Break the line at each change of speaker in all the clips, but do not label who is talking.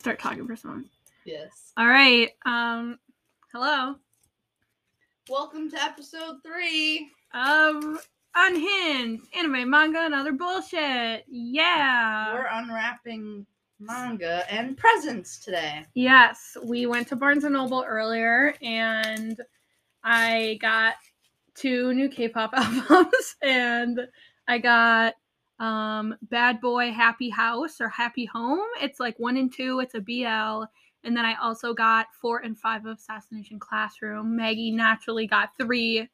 start talking for someone.
Yes.
All right. Um, hello.
Welcome to episode three.
Um, Unhinged anime, manga, and other bullshit. Yeah.
We're unwrapping manga and presents today.
Yes, we went to Barnes and Noble earlier, and I got two new K-pop albums, and I got um, Bad Boy Happy House or Happy Home. It's like one and two. It's a BL, and then I also got four and five of Assassination Classroom. Maggie naturally got three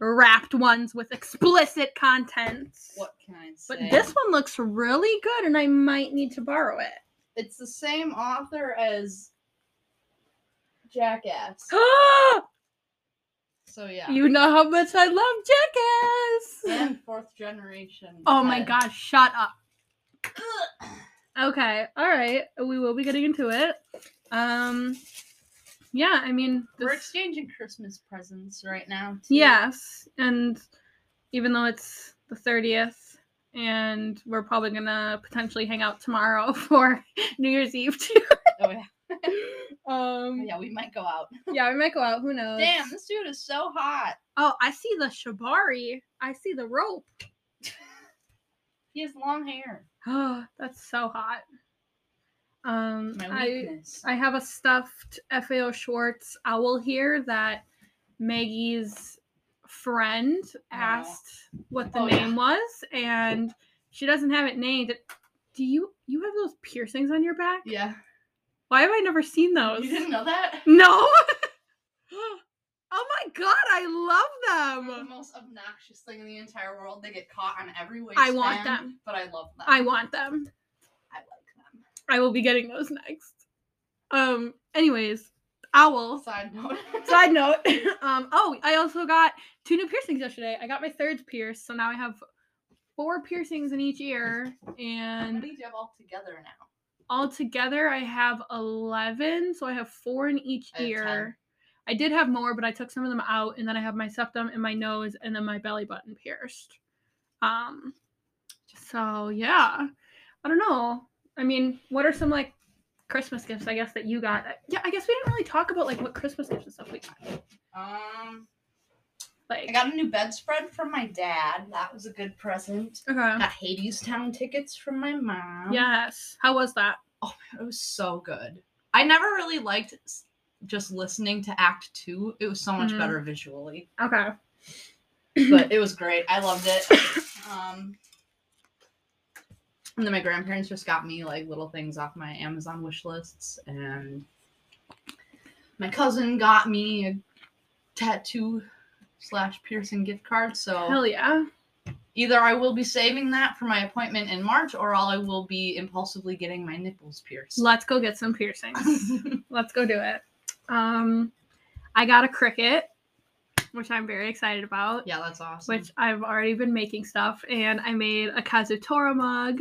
wrapped ones with explicit content.
What can I say?
But this one looks really good, and I might need to borrow it.
it's the same author as Jackass. So yeah.
You know how much I love Jackass.
and fourth generation.
Oh my
Ed.
gosh, shut up. Okay, all right. We will be getting into it. Um yeah, I mean
We're
this-
exchanging Christmas presents right now. too.
yes, and even though it's the 30th and we're probably going to potentially hang out tomorrow for New Year's Eve too.
Oh, yeah. Oh,
Um yeah.
yeah, we might go out.
we might go out, who knows.
Damn, this dude is so hot.
Oh, I see the shibari. I see the rope.
He has long hair.
Oh, that's so hot. Um,
My
I
weakness.
I have a stuffed FAO Schwartz owl here that Maggie's friend asked what the
Oh, yeah.
name was, and she doesn't have it named. Do you you have those piercings on your back?
yeah.
Why have I never seen those?
You didn't know that?
No. oh my god, I love
They're the
them.
most obnoxious thing in the entire world. They get caught on every
I
waistband.
want them.
But I love them.
I want them.
I like
I will be getting those next. Um. Anyways, owl.
them. Side note.
Side note. um. Oh, I also got two new piercings yesterday. I got my third pierce, so now I have four piercings in each ear,
How
and
many do you have all together now?
altogether I have eleven. So I have four in each
I have 10.
ear. I did have more, but I took some of them out, and then I have my septum and my nose, and then my belly button pierced. Um. So yeah, I don't know. I mean, what are some like Christmas gifts? I guess that you got. Yeah, I guess we didn't really talk about like what Christmas gifts and stuff we got.
Um,
Like,
I got a new bedspread from my dad. That was a good present. I
okay.
got Hades Town tickets from my mom.
yes. How was that?
it was so good. I never really liked s- just listening to Act Two. It was so much
Mhm.
better visually,
Okay.
but it was great. I loved it. Um, and then my grandparents just got me like little things off my Amazon wish lists, and my cousin got me a tattoo slash piercing gift card. So
Hell yeah.
either I will be saving that for my appointment in March, or I will be impulsively getting my nipples pierced.
Let's go get some piercings. Let's go do it. Um, I got a cricket, which I'm very excited about.
yeah, that's awesome.
which I've already been making stuff, and I made a Kazutora mug,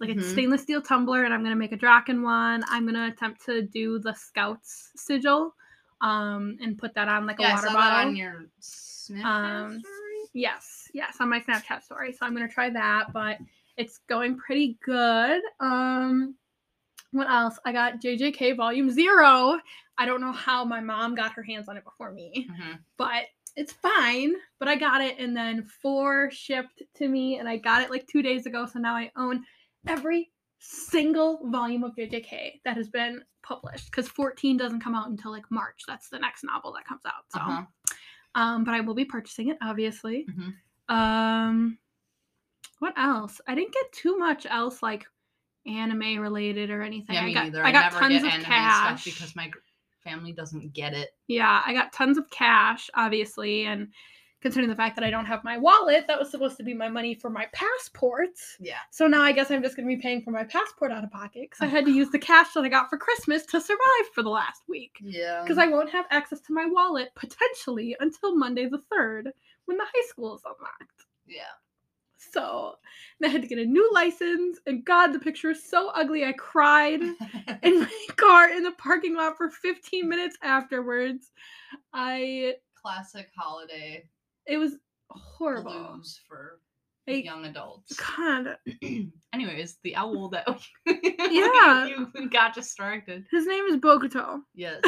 like
Mhm.
a stainless steel tumbler, and I'm gonna make a Draken one. I'm gonna attempt to do the Scouts sigil, um, and put that on like
yeah,
a
I
water
saw that
bottle.
on your Snapchat
Um,
story?
yes, yes, on my Snapchat story. So I'm gonna try that, but it's going pretty good. Um, what else? I got JJK Volume Zero. I don't know how my mom got her hands on it before me
Mhm.
but it's fine. But I got it, and then four shipped to me, and I got it like two days ago. So now I own every single volume of JJK that has been published because 14 doesn't come out until like March. That's the next novel that comes out. So,
Uh-huh.
um, but I will be purchasing it, obviously.
Mhm.
Um, what else? I didn't get too much else like anime related or anything.
Yeah,
I
me
got
neither.
I got
never
tons
get
of
anime
cash
stuff because my gr- family doesn't get it.
Yeah, I got tons of cash, obviously, and considering the fact that I don't have my wallet, that was supposed to be my money for my passports.
Yeah.
So now I guess I'm just going to be paying for my passport out of pocket because I had to use the cash that I got for Christmas to survive for the last week.
Yeah.
Because I won't have access to my wallet potentially until Monday the 3rd when the high school is unlocked.
yeah.
So and I had to get a new license, and God, the picture is so ugly. I cried in my car in the parking lot for 15 minutes afterwards. I
Classic holiday
it was horrible.
blues for
Like,
young adults.
God,
Anyways, the owl that
Yeah.
you got distracted.
his name is Bokuto.
Yes.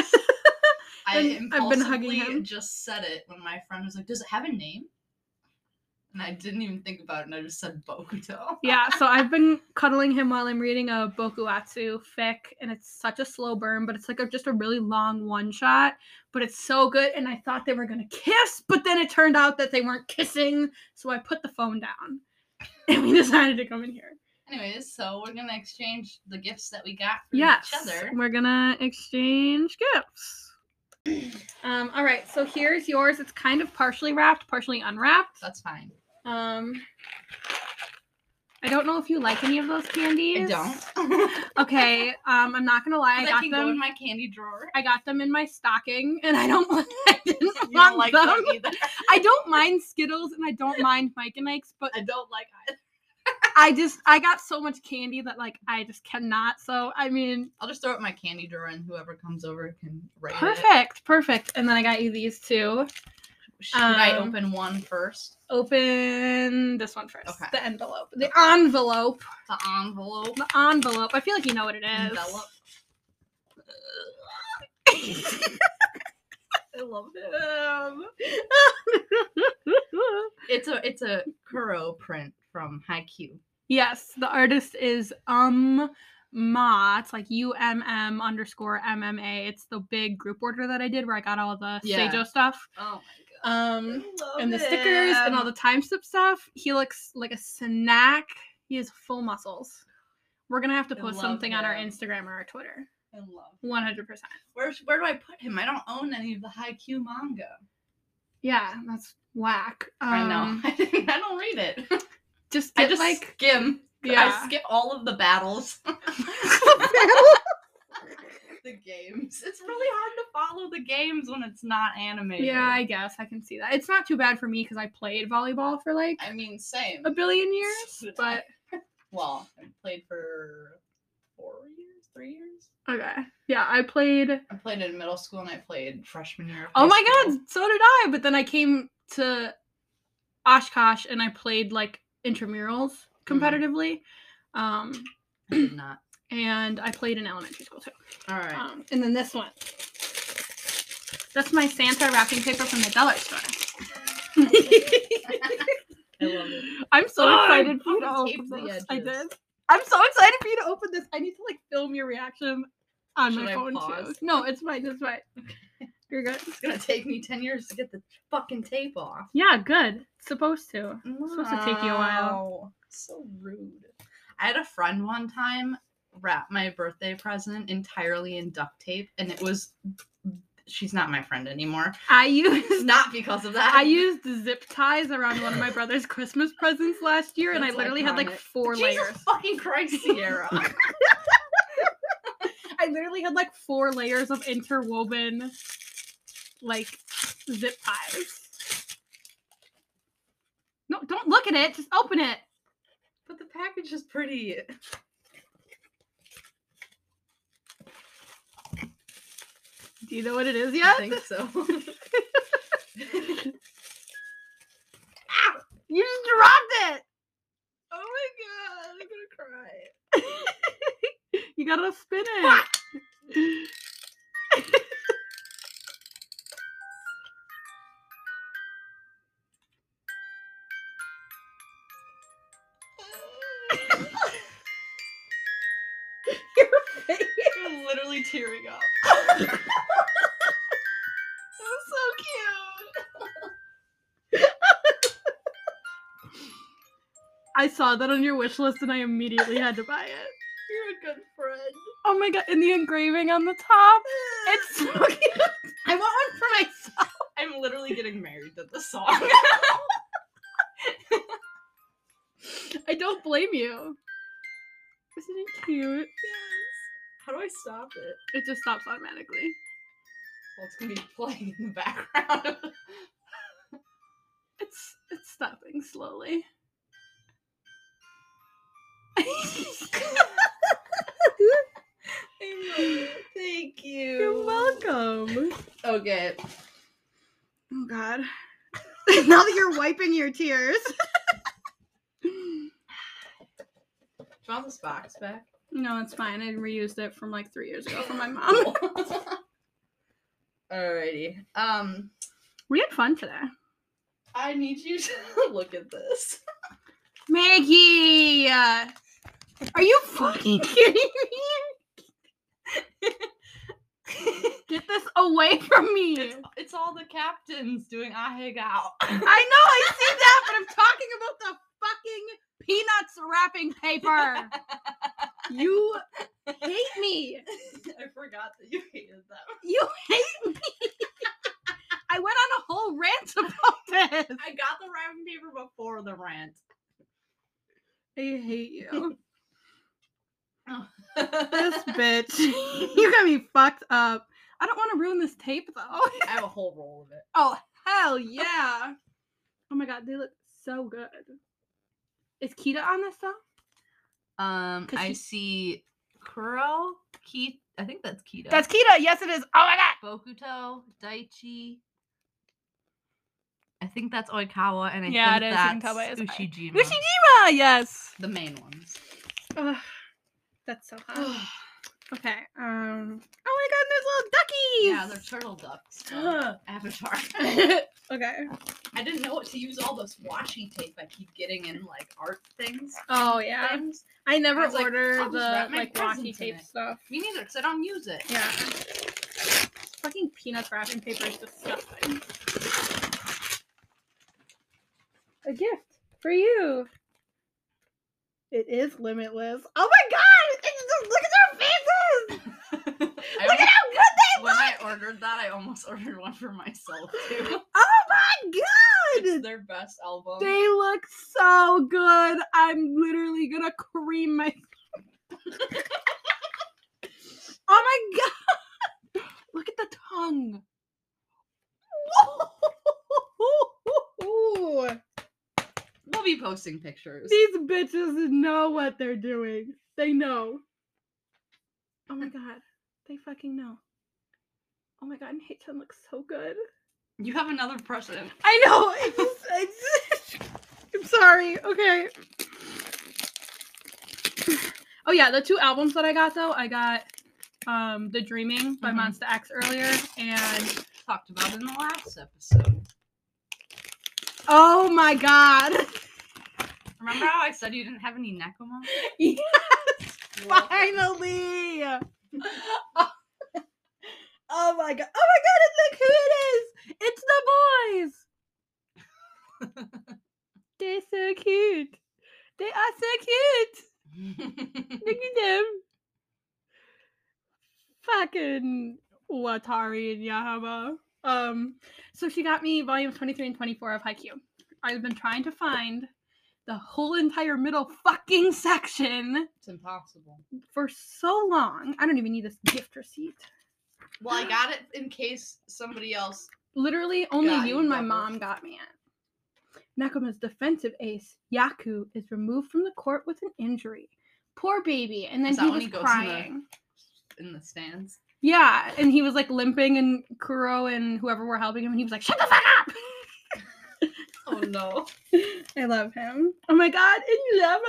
And I've been hugging
impulsively
him.
just said it when my friend was like, "Does it have a name?" And I didn't even think about it, and I just said Bokuto.
Yeah, so I've been cuddling him while I'm reading a Bokuatsu fic, and it's such a slow burn, but it's like a, just a really long one shot, but it's so good. And I thought they were gonna kiss, but then it turned out that they weren't kissing, so I put the phone down, and we decided to come in here.
Anyways, so we're gonna exchange the gifts that we got for
Yes,
each other.
we're gonna exchange gifts. um, all right, so here's yours. It's kind of partially wrapped, partially unwrapped.
That's fine.
Um, I don't know if you like any of those
I
candies.
don't. I,
Okay, um, I'm not gonna lie. I got
can go in
them.
my candy drawer.
I got them in my stocking, and I don't. I didn't
You
want
don't like
them.
them either.
I don't mind Skittles, and I don't mind Mike and Ike's, but
I don't like either.
I just I got so much candy that like I just cannot. So I mean,
I'll just throw it in my candy drawer, and whoever comes over can rate it.
perfect, perfect. And then I got you these two.
Should I
Um,
open one first?
Open this one first.
Okay.
The envelope. The envelope.
The envelope.
The envelope. I feel like you know what it is.
Envelope. I love it.
Um,
It's a it's a Kuro print from Haikyuu.
yes, the artist is um ma. It's like U M M underscore M M A. It's the big group order that I did where I got all the
Yeah.
Seijo stuff.
Oh my
Um
Mm.
and the stickers and all the timestamp stuff. He looks like a snack. He has full muscles. We're gonna have to
I
post
love
something on our
him.
Instagram or our Twitter.
I love. it.
One hundred percent.
Where sh- where do I put him? I don't own any of the Haikyuu manga.
Yeah, that's whack. Um,
I know. I, didn't- I don't read it.
Just
I
get,
just
like
skim.
yeah.
I skip all of the battles, the games. It's really hard to follow the games when it's not animated.
yeah, I guess I can see that. It's not too bad for me because I played volleyball for like
I mean, same.
a billion years.
Did I?
But
well, I played for four years, three years.
okay, yeah, I played.
I played in middle school and I played freshman year. of
Oh
high
my
school.
god, so did I. But then I came to Oshkosh and I played like intramurals
Mm-hmm.
competitively, um,
I did not.
and I played in elementary school too.
All right.
Um, and then this one. That's my Santa wrapping paper from the dollar store.
I love it.
I'm so
Oh, I
excited for you to
probably
open
taped the
this. I
edges.
did. I'm so excited for you to open this. I need to like film your reaction on
Should
my
I
phone too.
pause?
No, it's fine. It's fine. You're good.
It's gonna take me ten years to get the fucking tape off.
Yeah, good. It's supposed to.
supposed
supposed to take you a while.
So rude. I had a friend one time wrap my birthday present entirely in duct tape, and it was. She's not my friend anymore.
I used
Not because of that.
I used zip ties around one of my brother's Christmas presents last year, and I
That's
literally had like
iconic.
four
Jesus
layers.
fucking Christ, Sierra.
I literally had like four layers of interwoven like zip ties. No, don't look at it. Just open it.
but the package is pretty.
Do you know what it is
I
yet?
think so. Oh
You just dropped
oh my god, I'm gonna cry.
it. you gotta spin it.
I'm literally tearing up. It was so cute.
I saw that on your wish list and I immediately had to buy it.
You're a good friend.
Oh my god, and the engraving on the top. It's so cute.
I want one for myself. I'm literally getting married to the song.
I don't blame you. Isn't it cute?
How do I stop it?
It just stops automatically.
Well, it's gonna be playing in the background.
It's it's stopping slowly.
Thank you.
You're welcome.
Okay.
Oh god. now that you're wiping your tears.
want this box back?
No, it's fine. I reused it from like three years ago from my mom.
Alrighty. Um,
we had fun today.
I need you to look at this.
Maggie! uh, Are you fucking kidding me? Get this away from me. I know,
It's all the captains doing I hig out.
I see that, but I'm talking about the fucking peanuts wrapping paper. You hate me.
I forgot that you hated them.
You hate me. I went on a whole rant about this.
I got the wrapping paper before the rant.
I hate you. This
I
bitch. You got me fucked up. I don't want to ruin this tape though.
have a whole roll of it.
Oh, hell yeah. Oh my god, they look so good. Is Kita on this though?
Um,
'Cause
I
he-
see Kuro, Keith. I think that's Keto.
Kita. Yes, it is. Oh my god.
Bokuto, Daichi. I think that's Oikawa, and I
Yeah, it
think
is. I can tell by
that's
his eye.
Ushijima.
Ushijima. Yes.
The main ones.
that's so hot. okay. Um. Oh my
yeah,
god,
they're
there's
turtle ducks.
little
from
duckies.
Avatar.
okay.
I didn't know what to use all this washi tape I keep getting in like art things.
Oh yeah.
Things.
I never
I was like,
order
I'll just
the
wrap my
like
presents
washi
in
tape
it.
stuff.
Me neither, because I don't use it.
Yeah. Fucking peanuts wrapping paper is disgusting. A gift for you. It is limitless. Oh my god! It's just- look at their faces!
I
Look at how good they
when
look!
I ordered that, I almost ordered one for myself too.
Oh my
It's
god!
their best album.
They look so good. I'm literally gonna cream my. oh my god! Look at the tongue.
We'll be posting pictures.
These bitches know what they're doing. They know. Oh my god. They fucking know. Oh my god, and Haechan looks so good.
You have another person.
I know. I just, I just, I'm sorry. Okay. Oh yeah, the two albums that I got though, I got um The Dreaming by
Mhm.
Monster X earlier and
talked about in the last episode.
oh my god.
Remember how I said you didn't have any Nekomo?
Yes, Finally. Oh my god. Oh my god, and look who it is. It's the boys. They're so cute. They are so cute. Look at them. Fucking Watari and Yahama. Um, so she got me volumes 23 and 24 of Haikyuu. I've been trying to find the whole entire middle fucking section
it's impossible.
for so long. I don't even need this gift receipt.
Well, I got it in case somebody else.
Literally, only
Got
you
you,
and my
double.
mom got me it. Nakoma's defensive ace, Yaku, is removed from the court with an injury. Poor baby. And then
Is that
he
when
was
he goes in the-
crying.
In the stands.
Yeah, and he was like limping, and Kuro and whoever were helping him, and he was like, "Shut the fuck up!"
Oh no.
I love him. Oh my god, and you love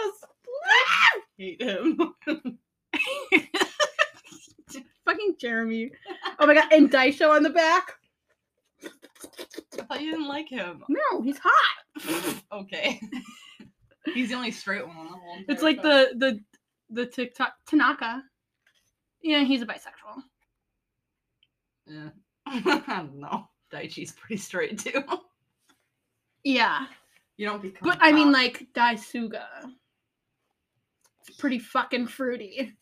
us.
Hate him.
Fucking Jeremy. Oh my god, and Daisho on the back.
I thought you didn't like him.
No, he's hot.
okay. He's the only straight one on the whole.
It's
entire
like
show.
the the the TikTok Tanaka. Yeah, he's a bisexual.
Yeah. I don't know. Daichi's pretty straight too.
Yeah,
You don't become.
but I mean
pop.
like Daisuga. It's pretty fucking fruity.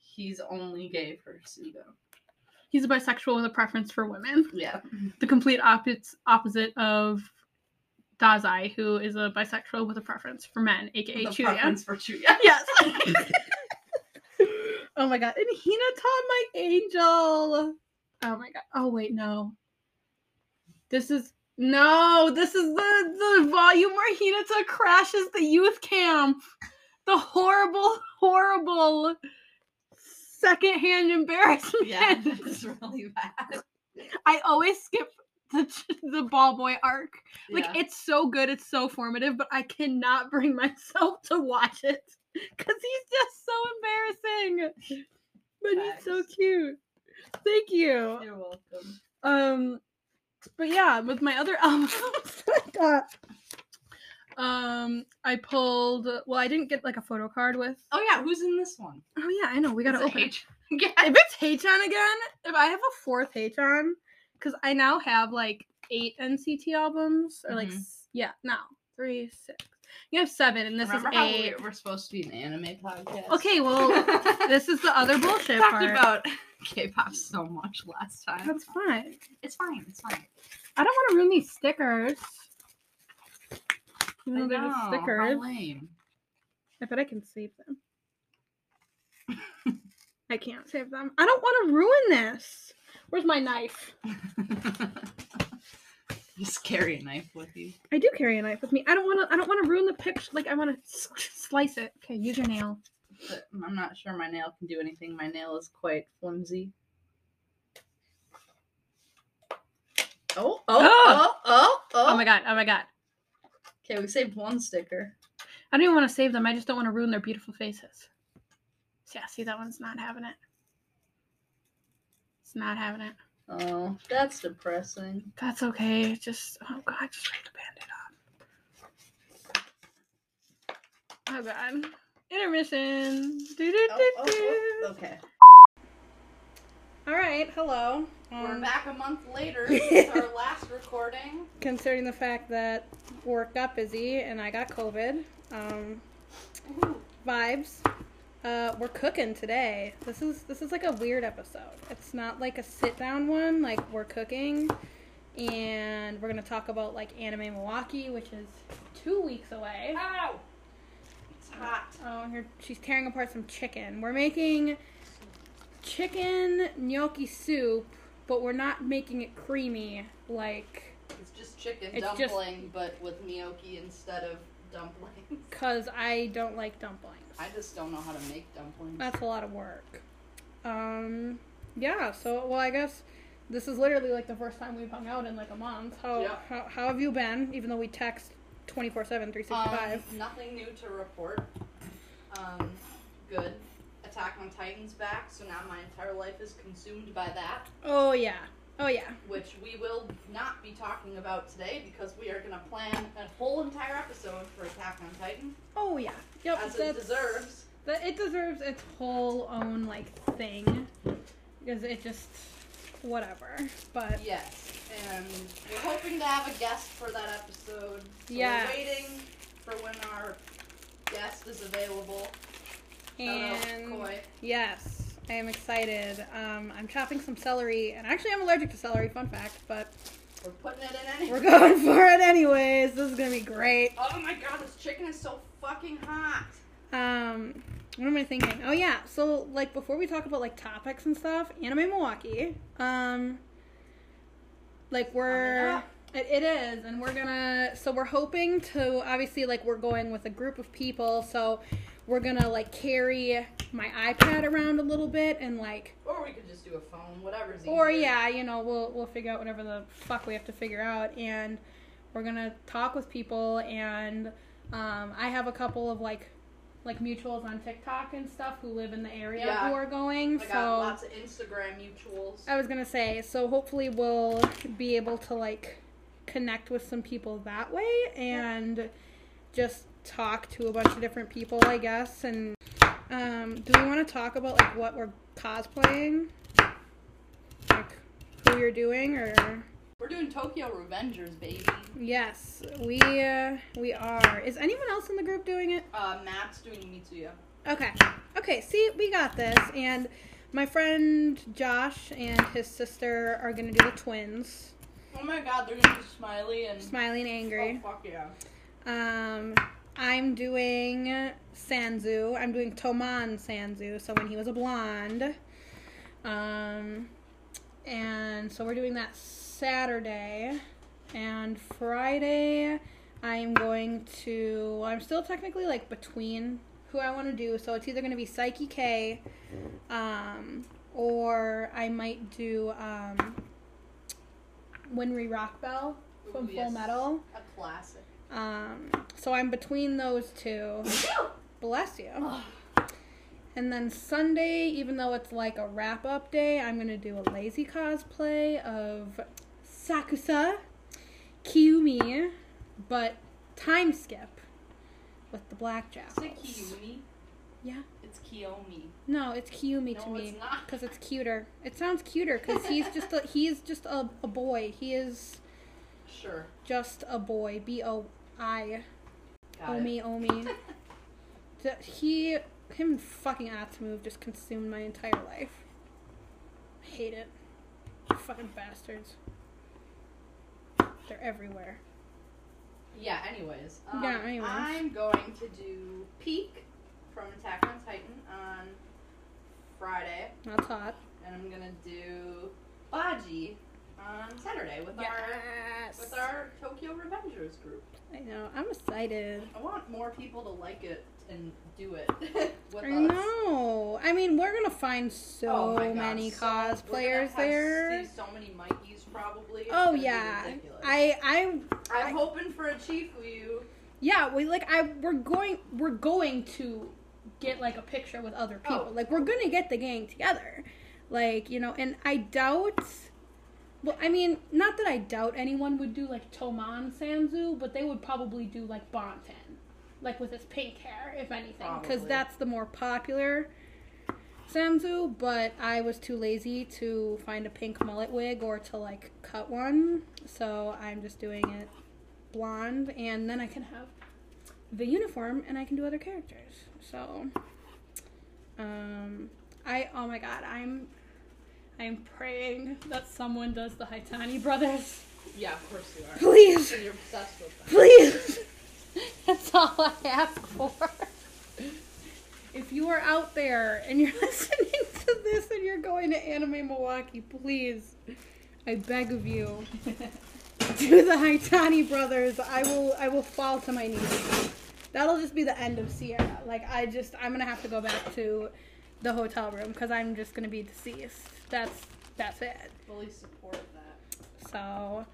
he's only gay for Sudo.
He's a bisexual with a preference for women.
Yeah.
the complete opposite opposite of Dazai, who is a bisexual with a preference for men, aka
the
Chuya.
preference for Chuya.
Yes. oh my god. And Hinata, my angel. Oh my god. Oh wait, no. This is no, this is the, the volume where Hinata crashes the youth camp. The horrible, horrible secondhand embarrassment.
Yeah, that's really bad.
I always skip the the ball boy arc. Like
Yeah.
it's so good, it's so formative, but I cannot bring myself to watch it. Because he's just so embarrassing. But he's so
Facts.
cute. Thank you.
You're welcome.
Um, but yeah, with my other albums that I got, um, I pulled. Well, I didn't get like a photo card with.
Oh yeah, who's in this one?
Oh yeah, I know. We gotta
Is it
open. it.
H- yeah.
If it's Hachan again, if I have a fourth Hachan, because I now have like eight NCT albums or like
Mhm.
s- yeah, no three six. You have seven, and this
Remember
is
how
eight.
we are supposed to be an anime podcast?
Okay, well, this is the other bullshit
talked
part.
about K-pop so much last time.
That's fine.
It's fine. It's fine.
I don't want to ruin these stickers.
I
Even though they're just
know,
stickers.
How lame.
I bet I can save them. I can't save them. I don't want to ruin this. Where's my knife?
Just carry a knife with you.
I do carry a knife with me. I don't want to. I don't want to ruin the picture. Like I want to slice it. Okay, use your nail.
But I'm not sure my nail can do anything. My nail is quite flimsy. Oh, oh, oh,
Ah!
oh, oh.
Oh, my god. Oh my god.
Okay, we saved one sticker.
I don't even want to save them. I just don't want to ruin their beautiful faces. Yeah. See, that one's not having it. It's not having it.
Oh, that's depressing.
That's okay. Just oh god, just rip the bandit off. Oh god. Intermission. Do do
Oh,
do
oh,
do.
oh, okay.
All right. Hello.
We're
Um,
back a month later since our last recording.
Considering the fact that work got busy and I got COVID, um,
Ooh,
vibes. Uh, we're cooking today. This is this is like a weird episode. It's not like a sit down one. Like we're cooking, and we're gonna talk about like anime Milwaukee, which is two weeks away.
ow! It's hot.
Oh, here she's tearing apart some chicken. We're making chicken gnocchi soup, but we're not making it creamy. Like,
It's just chicken
It's just-
dumpling, but with gnocchi instead of dumplings.
cause I don't like dumplings.
I just don't know how to make dumplings.
That's a lot of work. Um, yeah. So, well, I guess this is literally like the first time we've hung out in like a month. How
Yeah.
how, how have you been? Even though we text 24/7, 365.
Um, nothing new to report. Um, good. Attack on Titan's back, so now my entire life is consumed by that,
oh yeah. Oh yeah.
which we will not be talking about today because we are going to plan a whole entire episode for Attack on Titan,
Oh yeah. Yep.
as it
that's-
deserves.
But it deserves its whole own like thing because it just whatever. But
Yes, and we're hoping to have a guest for that episode. So
Yes.
We're waiting for when our guest is available. Shout out
and
Koi.
yes, I am excited. Um, I'm chopping some celery, and actually I'm allergic to celery. Fun fact, but
We're putting it in anyway.
we're going for it anyways. This is gonna be great.
Oh my god, this chicken is so fucking hot.
Um, what am I thinking? Oh yeah, so like before we talk about like topics and stuff, Anime Milwaukee. Um, like we're
up.
it, it is, and we're gonna. So we're hoping to obviously like we're going with a group of people, so we're gonna like carry my iPad around a little bit and like
Or we could just do a phone, whatever's easier.
or yeah, you know, we'll we'll figure out whatever the fuck we have to figure out, and we're gonna talk with people, and um, I have a couple of like like mutuals on TikTok and stuff who live in the area
Yeah. Oh
who are going,
I got
so
lots of Instagram mutuals.
I was gonna say, so hopefully we'll be able to like connect with some people that way and just talk to a bunch of different people, I guess. And um, do we want to talk about like what we're cosplaying, like who you're doing, or
We're doing Tokyo Revengers, baby.
yes, we uh, we are. Is anyone else in the group doing it?
Uh, Matt's doing Mitsuya.
Okay. Okay, see, we got this. And my friend Josh and his sister are gonna do the twins,
Oh my god, they're gonna be smiley and.
Smiley and Angry.
Oh, fuck yeah.
Um, I'm doing Sanzu. I'm doing Toman Sanzu. So when he was a blonde. Um, and so we're doing that Saturday. And Friday, I am going to. I'm still technically like between who I want to do. So it's either going to be Psyche K, um, or I might do um, Winry Rockbell from
Ooh,
Full
yes.
Metal.
A classic.
Um, so I'm between those two. Bless you. And then Sunday, even though it's like a wrap up day, I'm going to do a lazy cosplay of Sakusa Kiyomi, but time skip with the blackjack.
Is it Kiyomi?
Yeah.
It's Kiyomi.
No, it's Kiyomi to
no,
me
it's not.
because it's cuter. It sounds cuter because he's just a, he's just a, a boy. He is
Sure.
just a boy. B O I.
Got it.
Omi Omi. Th- he him and fucking Atsumu have just consumed my entire life. I hate it. Fucking bastards. They're everywhere.
Yeah, anyways. Um,
Yeah, anyways.
I'm going to do Peak from Attack on Titan on Friday,
That's hot.
and I'm going to do Baji on Saturday with our
Yes.
with our Tokyo Revengers group.
I know. I'm excited.
I want more people to like it and do it with
I
us.
know. I mean, we're gonna find so
Oh my God,
many
so- we're gonna
cosplayers
have
there.
see So many Mikeys probably. It's
Oh
gonna be
yeah.
ridiculous.
I I
I'm hoping for a chief you.
Yeah, we like I we're going we're going to get like a picture with other people.
Oh.
Like we're gonna get the gang together. Like, you know, and I doubt well, I mean, not that I doubt anyone would do like Toman Sanzu, but they would probably do like Bonten. Like with his pink hair, if anything. Because
Probably.
that's the more popular Sanzu, but I was too lazy to find a pink mullet wig or to like cut one. So I'm just doing it blonde and then I can have the uniform and I can do other characters. So um I oh my god, I'm I'm praying that someone does the Haitani brothers.
Yeah, of course you are.
Please,
And you're obsessed with them.
please. That's all I ask for. If you are out there and you're listening to this and you're going to Anime Milwaukee, please, I beg of you, do the Haitani brothers. I will I will fall to my knees. That'll just be the end of Sierra. Like I just I'm gonna have to go back to the hotel room because I'm just gonna be deceased. That's that's it.
Fully support that.
So,
I
um,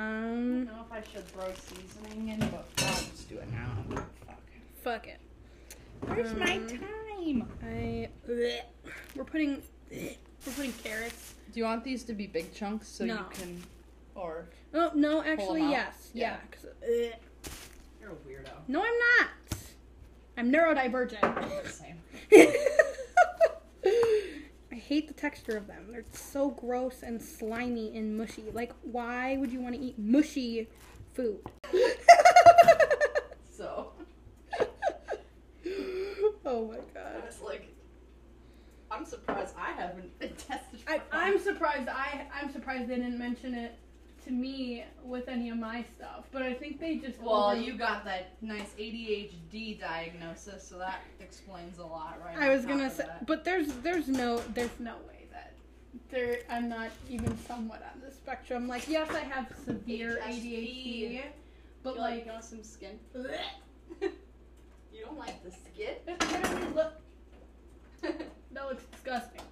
Mm-hmm.
don't know if I should throw seasoning in, but I'll just do it now. Fuck.
fuck it.
Where's my
Um,
time?
I bleh. we're putting bleh. we're putting carrots.
Do you want these to be big chunks so
No.
you can, or
Oh no, actually
out?
yes, yeah.
Yeah.
'cause, bleh.
You're a weirdo.
no, I'm not. I'm neurodivergent.
Same.
I hate the texture of them. They're so gross and slimy and mushy. Like, why would you want to eat mushy food?
So
oh my
I
god.
was like, I'm surprised I haven't been tested. For
I,
one.
I'm surprised. I I'm surprised they didn't mention it to me with any of my stuff. But I think they just
Well,
over-
you got that nice ADHD diagnosis, so that explains a lot, right?
I
on
was
top
gonna
of
say,
that.
but there's there's no there's no way that there I'm not even somewhat on the spectrum. Like yes, I have severe
HSP.
ADHD, but
you
like,
like, want some skin?
bleh,
You don't like the skin?
it literally look that looks disgusting.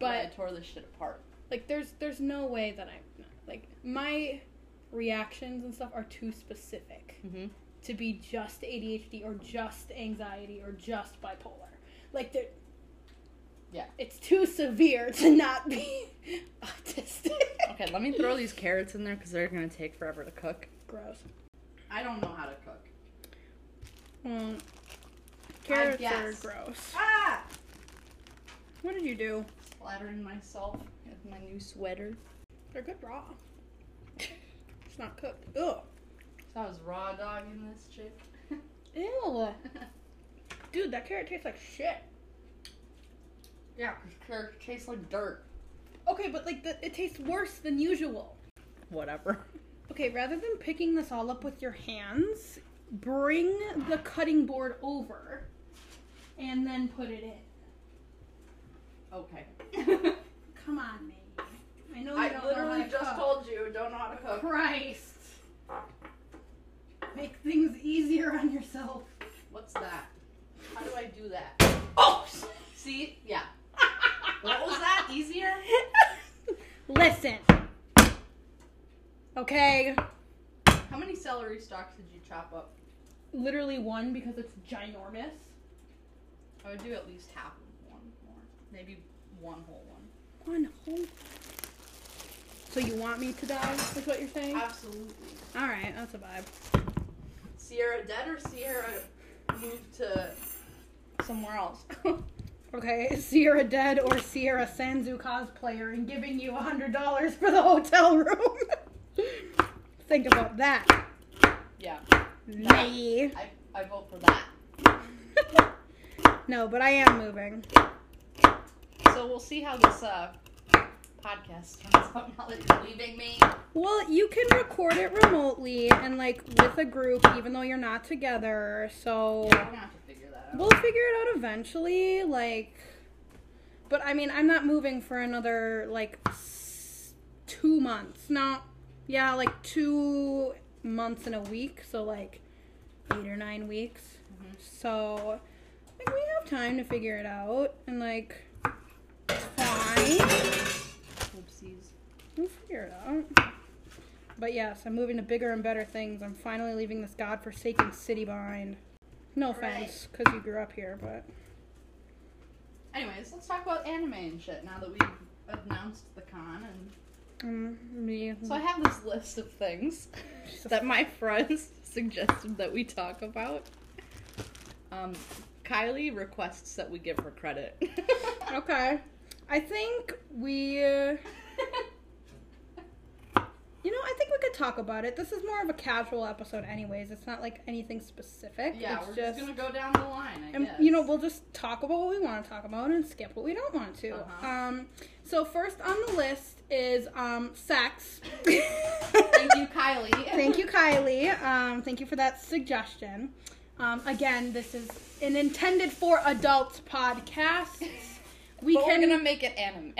Yeah, I
But
tore this shit apart.
like there's there's no way that I'm not like my reactions and stuff are too specific.
Mm-hmm.
to be just ADHD or just anxiety or just bipolar. Like they
Yeah.
It's too severe to not be autistic.
Okay, let me throw these carrots in there because they're gonna take forever to cook.
Gross.
I don't know how to cook.
Mm. Carrots are
guess.
gross.
Ah!
What did you do?
Splattering myself with my new sweater.
They're good raw. It's not cooked. Ugh.
So I was raw dogging this chick.
Ew. Dude, that carrot tastes like shit.
yeah, it tastes like dirt.
Okay, but like the, it tastes worse than usual.
Whatever.
Okay, rather than picking this all up with your hands, bring the cutting board over and then put it in.
Okay.
Come on, Maggie. I know you
I
don't know
literally
how to
just
cook.
told you, don't know how to cook.
Christ. Make things easier on yourself.
What's that? How do I do that?
Oh,
See? Yeah. What was that? Easier?
Listen. Okay.
How many celery stalks did you chop up?
literally one because it's ginormous.
I would do at least half of one more. Maybe one whole one.
One whole. So you want me to die? Is what you're saying?
Uh. Absolutely.
All right, that's a vibe.
Sierra dead or Sierra moved to somewhere else?
Okay, Sierra dead or Sierra Sanzu cosplayer and giving you $100 for the hotel room. Think about that.
Yeah.
Nay.
I, I vote for that.
no, but I am moving.
So we'll see how this uh, podcast turns out now that you're leaving me.
Well, you can record it remotely and like with a group even though you're not together. So
Yeah, we're gonna have to figure that out.
we'll figure it out eventually like but I mean, I'm not moving for another like s- 2 months. No. Yeah, like 2 months and a week, so like 8 or 9 weeks.
Mhm.
So like we have time to figure it out and like it's fine.
Oopsies.
We'll figure it out. But yes, I'm moving to bigger and better things. I'm finally leaving this godforsaken city behind. No offense, because you grew up here, but
Anyways, let's talk about anime and shit now that we've announced the con. And
um, me.
so I have this list of things that my friends suggested that we talk about. Um, Kylie requests that we give her credit.
okay. I think we, uh, you know, I think we could talk about it. This is more of a casual episode, anyways. It's not like anything specific.
yeah,
it's
we're just, gonna go down the line. I
and
guess.
you know we'll just talk about what we want to talk about and skip what we don't want to
Uh-huh.
um so first on the list is um sex
Thank you, Kylie.
Thank you, Kylie. Um, thank you for that suggestion. Um, again, this is an intended for adults podcast. We
but
can
we're gonna make it anime.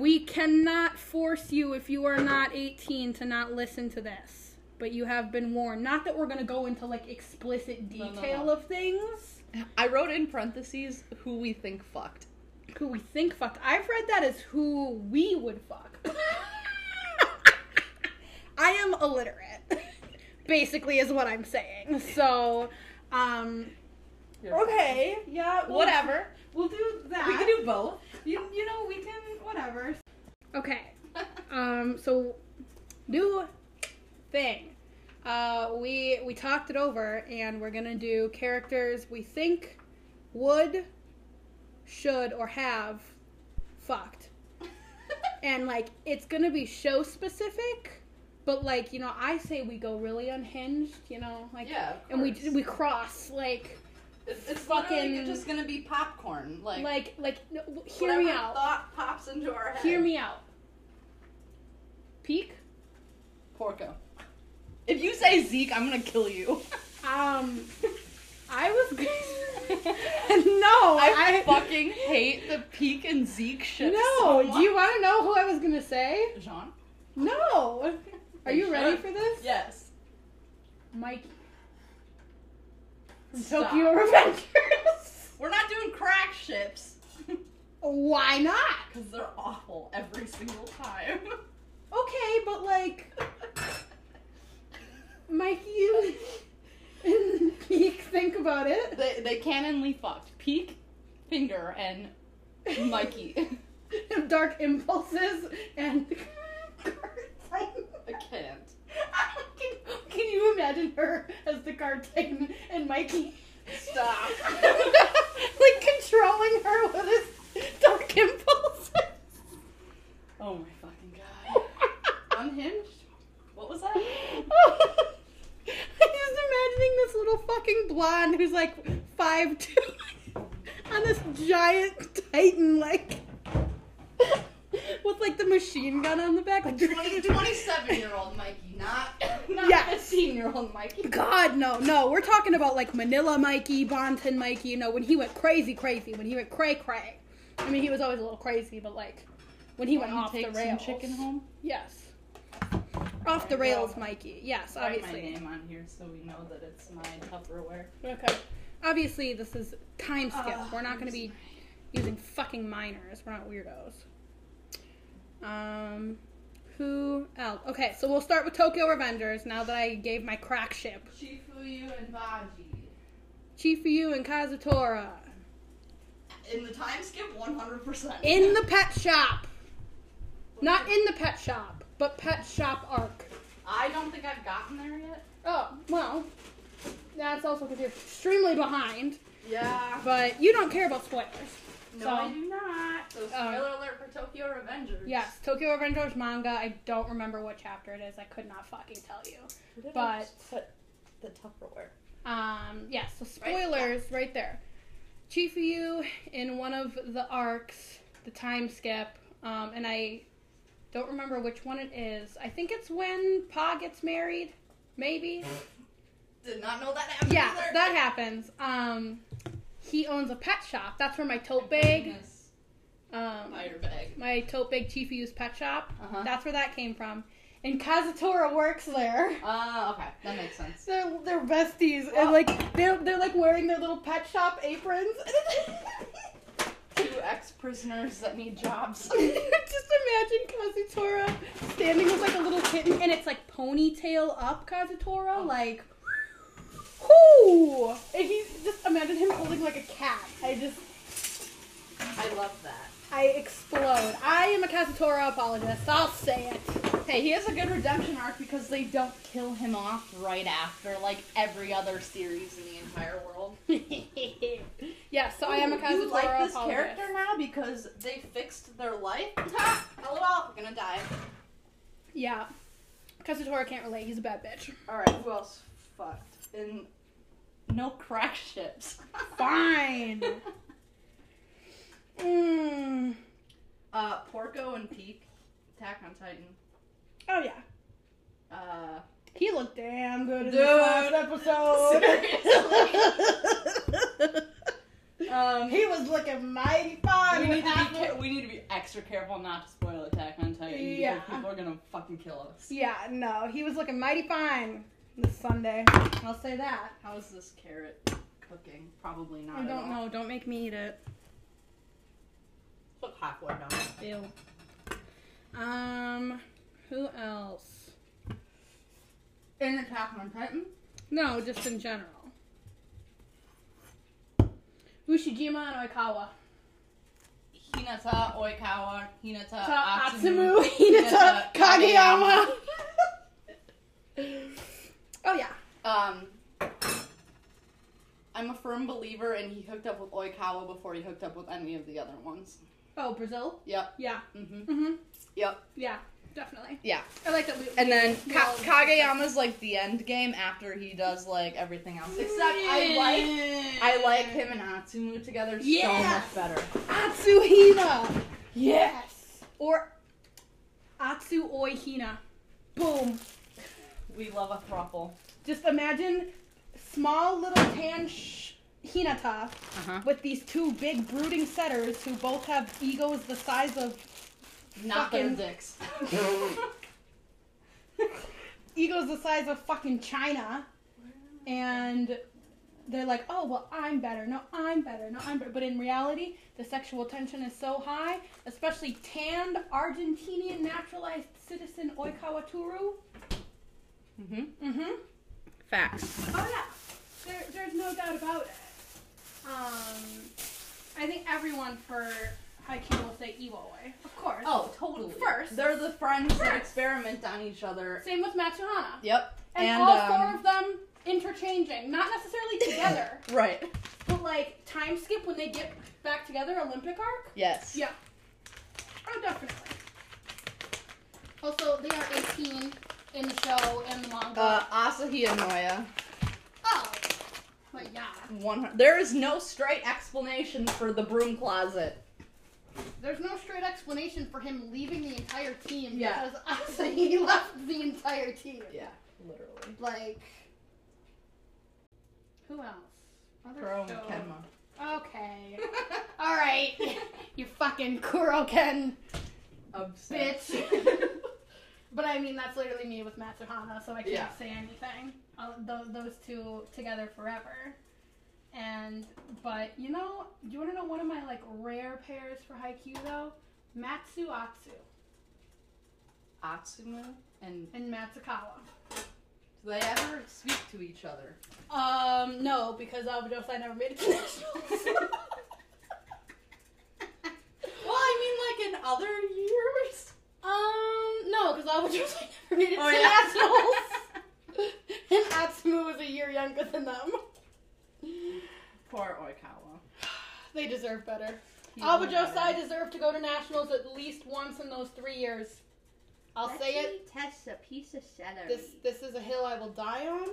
we cannot force you if you are not 18 to not listen to this. But you have been warned. Not that we're gonna go into like explicit
No, no,
detail
no.
of things.
I wrote in parentheses who we think fucked.
Who we think fucked. I've read that as who we would fuck. I am illiterate. Basically is what I'm saying. So um Okay. Yeah. we'll-
Whatever.
We'll do that.
We can do both.
You, you know we can whatever. Okay. Um. So new thing. Uh. We we talked it over and we're gonna do characters we think would, should, or have fucked and like it's gonna be show specific but like you know i say we go really unhinged you know like
yeah. of
and we
course.
we cross like
It's, it's
fucking-
fucking just gonna be popcorn. Like,
like like no, w- hear
whatever
me out
thought pops into our head.
hear me out peak
Porco. If you say Zeke, I'm gonna kill you.
um i was gonna
no,
no
I, fucking hate the Peak and Zeke shit.
no
so
do you want to know who i was gonna say
much. Jean?
no are you ready for
sure?
this
Yes.
mike from
Stop.
tokyo revengers
We're not doing crack ships
why not
because they're awful every single time.
Okay, but like, Mikey and Peek, think about it.
they they canonly fucked Peak, Finger, and Mikey.
Dark impulses and.
I can't.
Can, can you imagine her as the guard titan and Mikey?
Stop.
like controlling her with his dark impulses.
Oh my fucking god. Unhinged? What was that?
I'm just imagining this little fucking blonde who's like five two on this giant titan like with like the machine gun on the back. Like
27 year old Mikey, not, not
Yes.
15 year old Mikey.
God no, no. We're talking about like Manila Mikey, Bonton Mikey, you know, when he went crazy crazy, when he went cray cray. I mean he was always a little crazy, but like when he went
Wanna
off the
take
rails.
Some chicken home?
Yes. Off the
There you go.
rails, Mikey. Yes, obviously.
Write my name on here so we know that it's my Tupperware.
Okay. Obviously, this is time skip.
Ugh,
We're not
Oh, I'm
going to be using fucking minors. We're not weirdos. Um, Who else? Okay, so we'll start with Tokyo Revengers now that I gave my crack ship.
Shifuyu and Baji.
Chifuyu and Kazutora.
In the time skip, 100%.
In the pet shop. Not in the pet shop, but pet shop arc.
I don't think I've gotten there yet.
Oh, well. That's also because you're extremely behind,
Yeah.
but you don't care about spoilers.
No,
So-
I do not. So, spoiler
Uh,
alert for Tokyo Revengers.
Yes, Tokyo Revengers manga. I don't remember what chapter it is. I could not fucking tell you.
Where did
But-
I just put the Tupperware?
Um, yeah, so
Right, yeah.
spoilers right, there. Chifuyu in one of the arcs, the time skip, um, and I don't remember which one it is. I think it's when Pa gets married, maybe.
Did not know that happened.
Yeah,
either.
that happens. Um, he owns a pet shop. That's where my tote bag,
Oh, Goodness.
um,
Fire bag.
my tote bag Chifuyu's pet shop.
Uh-huh.
That's where that came from. And Kazutora works there.
Uh, okay. That makes sense.
They're, they're besties and like they're they're like wearing their little pet shop aprons.
Two ex-prisoners that need jobs.
Just imagine Kazutora standing with like a little kitten and it's like ponytail up Kazutora, like whoo! And he's just imagine him holding like a cat. I just
I love that.
I explode. I am a Kazutora apologist. I'll say it.
Hey, he has a good redemption arc because they don't kill him off right after, like every other series in the entire world.
yeah, so I am a Kazutora
You like this
apologist.
character now because they fixed their life? Ha! LOL, gonna die.
Yeah. Kazutora can't relate. He's a bad bitch.
Alright, who else fucked? And no crack ships.
Fine. mm.
uh, Porco and Peak, Attack on Titan.
Oh yeah,
Uh,
he looked damn good in
Dude.
this last episode.
um,
he was looking mighty fine.
we
with
need, to be
apple-
ca- we need to be extra careful not to spoil Attack on Titan
Yeah.
because people are gonna fucking kill us.
yeah, no, he was looking mighty fine this Sunday. I'll say that.
How is this carrot cooking? Probably not.
I
at
don't
all.
know. Don't make me eat it.
Look halfway down.
Ew. Um, who else?
In Attack on Titan,
No, just in general. Ushijima and Oikawa.
Hinata, Oikawa, Hinata, Uh, Atsumu. Uh,
Atsumu, Hinata,
Hinata,
Kageyama. oh yeah.
Um, I'm a firm believer, and he hooked up with Oikawa before he hooked up with any of the other ones.
Oh, Brazil.
Yep.
Yeah.
Mm-hmm.
Mhm.
Yep.
Yeah. Definitely.
Yeah.
I like that we.
And then Ka-
No.
Kageyama's like the end game after he does like everything else. Except I like
like.
I like him and Atsumu together
Yeah.
so much better.
Atsuhina. Yes. Or Atsu Oihina. Boom.
We love a thruple.
Just imagine small little tan sh- Hinata
Uh-huh.
with these two big brooding setters who both have egos the size of
Not their
Fucking-
dicks.
egos the size of fucking China, and they're like, "Oh well, I'm better. No, I'm better. No, I'm better." But in reality, the sexual tension is so high, especially tanned Argentinian naturalized citizen Oikawa Turu.
mm-hmm.
Mm-hmm.
Facts.
Oh yeah, there, there's no doubt about it. Um, I think everyone for Haikyuu will say Iwo way, of course.
Oh, totally.
First.
they're the friends
First.
that experiment on each other.
Same with Matsuhana.
Yep.
And,
And,
all
um,
four of them interchanging, not necessarily together.
Right.
But like time skip when they get back together, Olympic arc?
Yes.
Yeah. Oh, definitely. Also, they are 18 in the show and the manga.
Uh, Asahi and Noya.
oh, but yeah,
One. hun- There is no straight explanation for the broom closet.
there's no straight explanation for him leaving the entire team
Yeah.
because obviously he left the entire team.
Yeah, literally.
Like, who else? Other
Kuro and
show-
Kenma.
Okay. All right. you fucking Kuroken.
Obsessed.
But I mean, that's literally me with Matsuhana, so I can't
Yeah.
say anything. I'll, tho- those two together forever. And, but, you know, you want to know one of my, like, rare pairs for Haikyuu, though? Matsuatsu.
Atsumu and
and Matsukawa.
do they ever speak to each other?
Um, no, because Albados I never made a connection.
Well, I mean, like in other years.
um, no, because Albados I never made it
Oh,
to
yeah.
nationals. and Atsumu was a year younger than them.
Poor Oikawa.
They deserve better.
He really
Albados I
better.
deserve to go to nationals at least once in those three years. I'll say it.
Tests a piece of celery.
This this is a hill I will die on,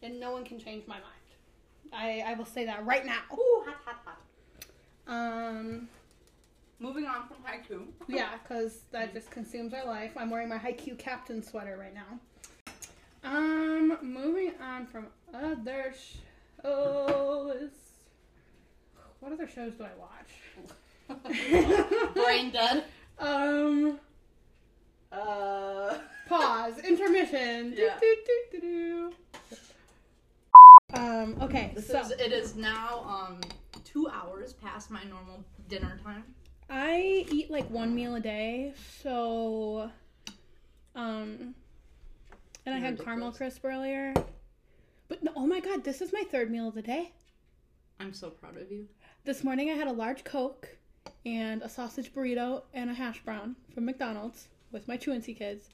and no one can change my mind. I I will say that right now.
Ooh, hot, hot, hot.
Um,
Moving on from haiku.
yeah, because
Mm.
that just consumes our life. I'm wearing my Haikyuu captain sweater right now. Um, moving on from other shows. What other shows do I watch?
Brain dead.
um,
Uh.
pause, intermission.
Yeah.
Do-do-do-do-do. Um, okay,
This
so.
is. It is now um two hours past my normal dinner time.
I eat like one meal a day, so um and I had caramel crisp earlier. But no, oh my god, this is my third meal of the day.
I'm so proud of you.
This morning I had a large coke and a sausage burrito and a hash brown from McDonald's with my truancy kids.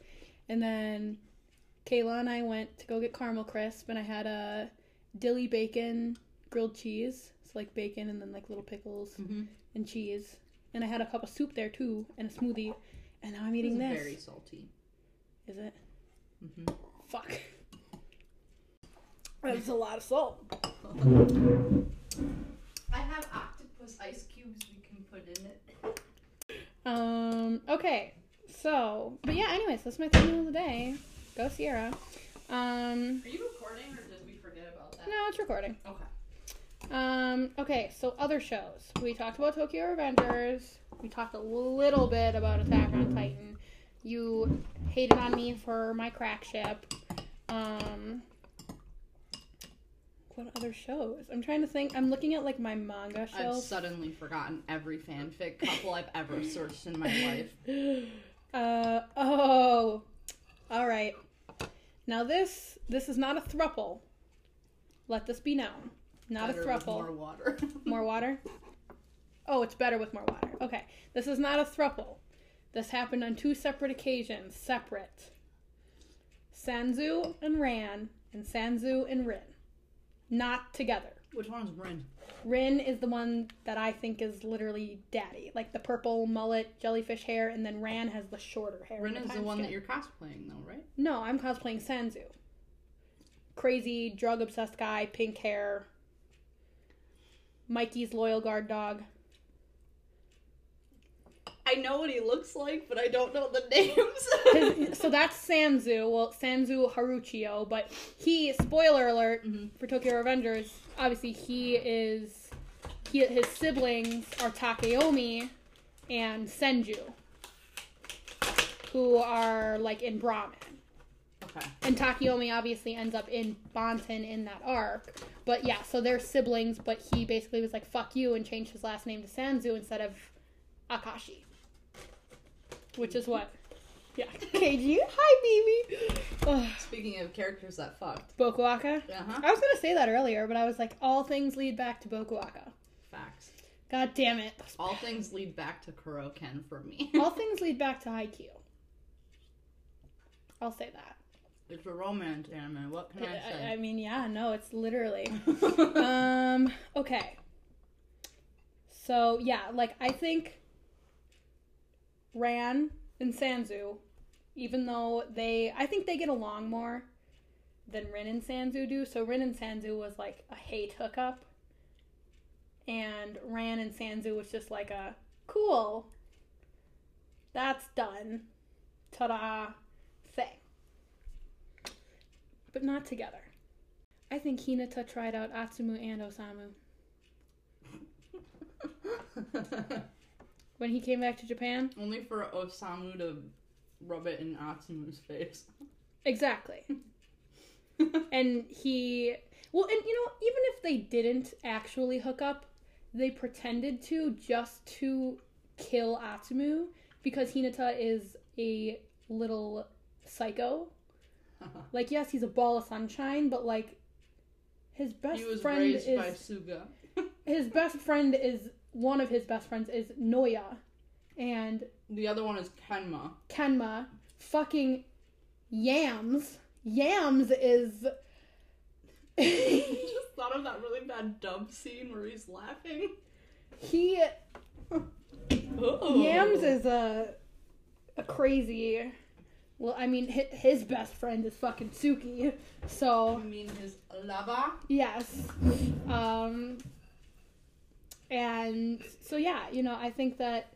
And then Kayla and I went to go get caramel crisp and I had a dilly bacon grilled cheese. It's like bacon and then like little pickles
Mhm.
and cheese. And I had a cup of soup there too and a smoothie. And now I'm eating
It's
this.
very salty.
Is it?
Mm-hmm.
Fuck. That was a lot of salt.
I have octopus ice cubes we can put in it.
Um. Okay. So, but yeah. Anyways, that's my thing of the day. Go Sierra. Um.
Are you recording or did we forget about that?
No, it's recording.
Okay.
Um. Okay. So other shows. We talked about Tokyo Revengers. We talked a little bit about Attack on Titan. You hated on me for my crack ship. Um. What other shows? I'm trying to think. I'm looking at like my manga
I've
shelf.
suddenly forgotten every fanfic couple I've ever searched in my life.
Uh oh. All right. Now this this is not a thruple. Let this be known. Not a
Better with
thruple.
More water.
More water? Oh, it's better with more water. Okay. This is not a thruple. This happened on two separate occasions, separate. Sanzu and Ran, and Sanzu and Rin. Not together.
Which one's Rin?
Rin is the one that I think is literally daddy, like the purple mullet, jellyfish hair, and then Ran has the shorter hair.
Rin
and
is the
time
one that
skip.
you're cosplaying though, right?
No, I'm cosplaying Sanzu. Crazy, drug obsessed guy, pink hair. Mikey's loyal guard dog.
I know what he looks like, but I don't know the names.
His- so that's Sanzu. Well, Sanzu Haruchio, but he, spoiler alert
Mhm.
for Tokyo Revengers, obviously he is. He, his siblings are Takeomi and Senju, who are like in Brahmin.
okay.
And Takeomi obviously ends up in Bonten in that arc. But yeah, so they're siblings, but he basically was like, fuck you, and changed his last name to Sanzu instead of Akashi. Which is what? Yeah. KG? Hi, baby! Ugh.
Speaking of characters that fucked.
Bokuaka?
Uh huh.
I was gonna say that earlier, but I was like, all things lead back to Bokuaka.
Facts.
God damn it.
All things lead back to Kuroken for me.
All things lead back to Haikyuu. I'll say that.
it's a romance anime. What can I
I, I
say?
mean, yeah, no, it's literally. um okay so yeah like i think ran and sanzu even though they i think they get along more than rin and sanzu do so rin and sanzu was like a hate hookup and ran and sanzu was just like a cool that's done ta-da thing but not together I think Hinata tried out Atsumu and Osamu.
Uh,
When he came back to Japan?
Only for Osamu to rub it in Atsumu's face.
Exactly. and he. Well, and you know, even if they didn't actually hook up, they pretended to just to kill Atsumu because Hinata is a little psycho. Like, yes, he's a ball of sunshine, but like his best
he was
friend
raised
is
by Suga.
his best friend is one of his best friends is Noya, and
The other one is Kenma.
Kenma fucking yams. Yams is
just thought of that really bad dub scene where he's laughing.
he
Oh.
Yams is a a crazy. Well, I mean, hi- his best friend is fucking Suki,
I
so
mean his lover.
yes. Um, and so yeah, you know, I think that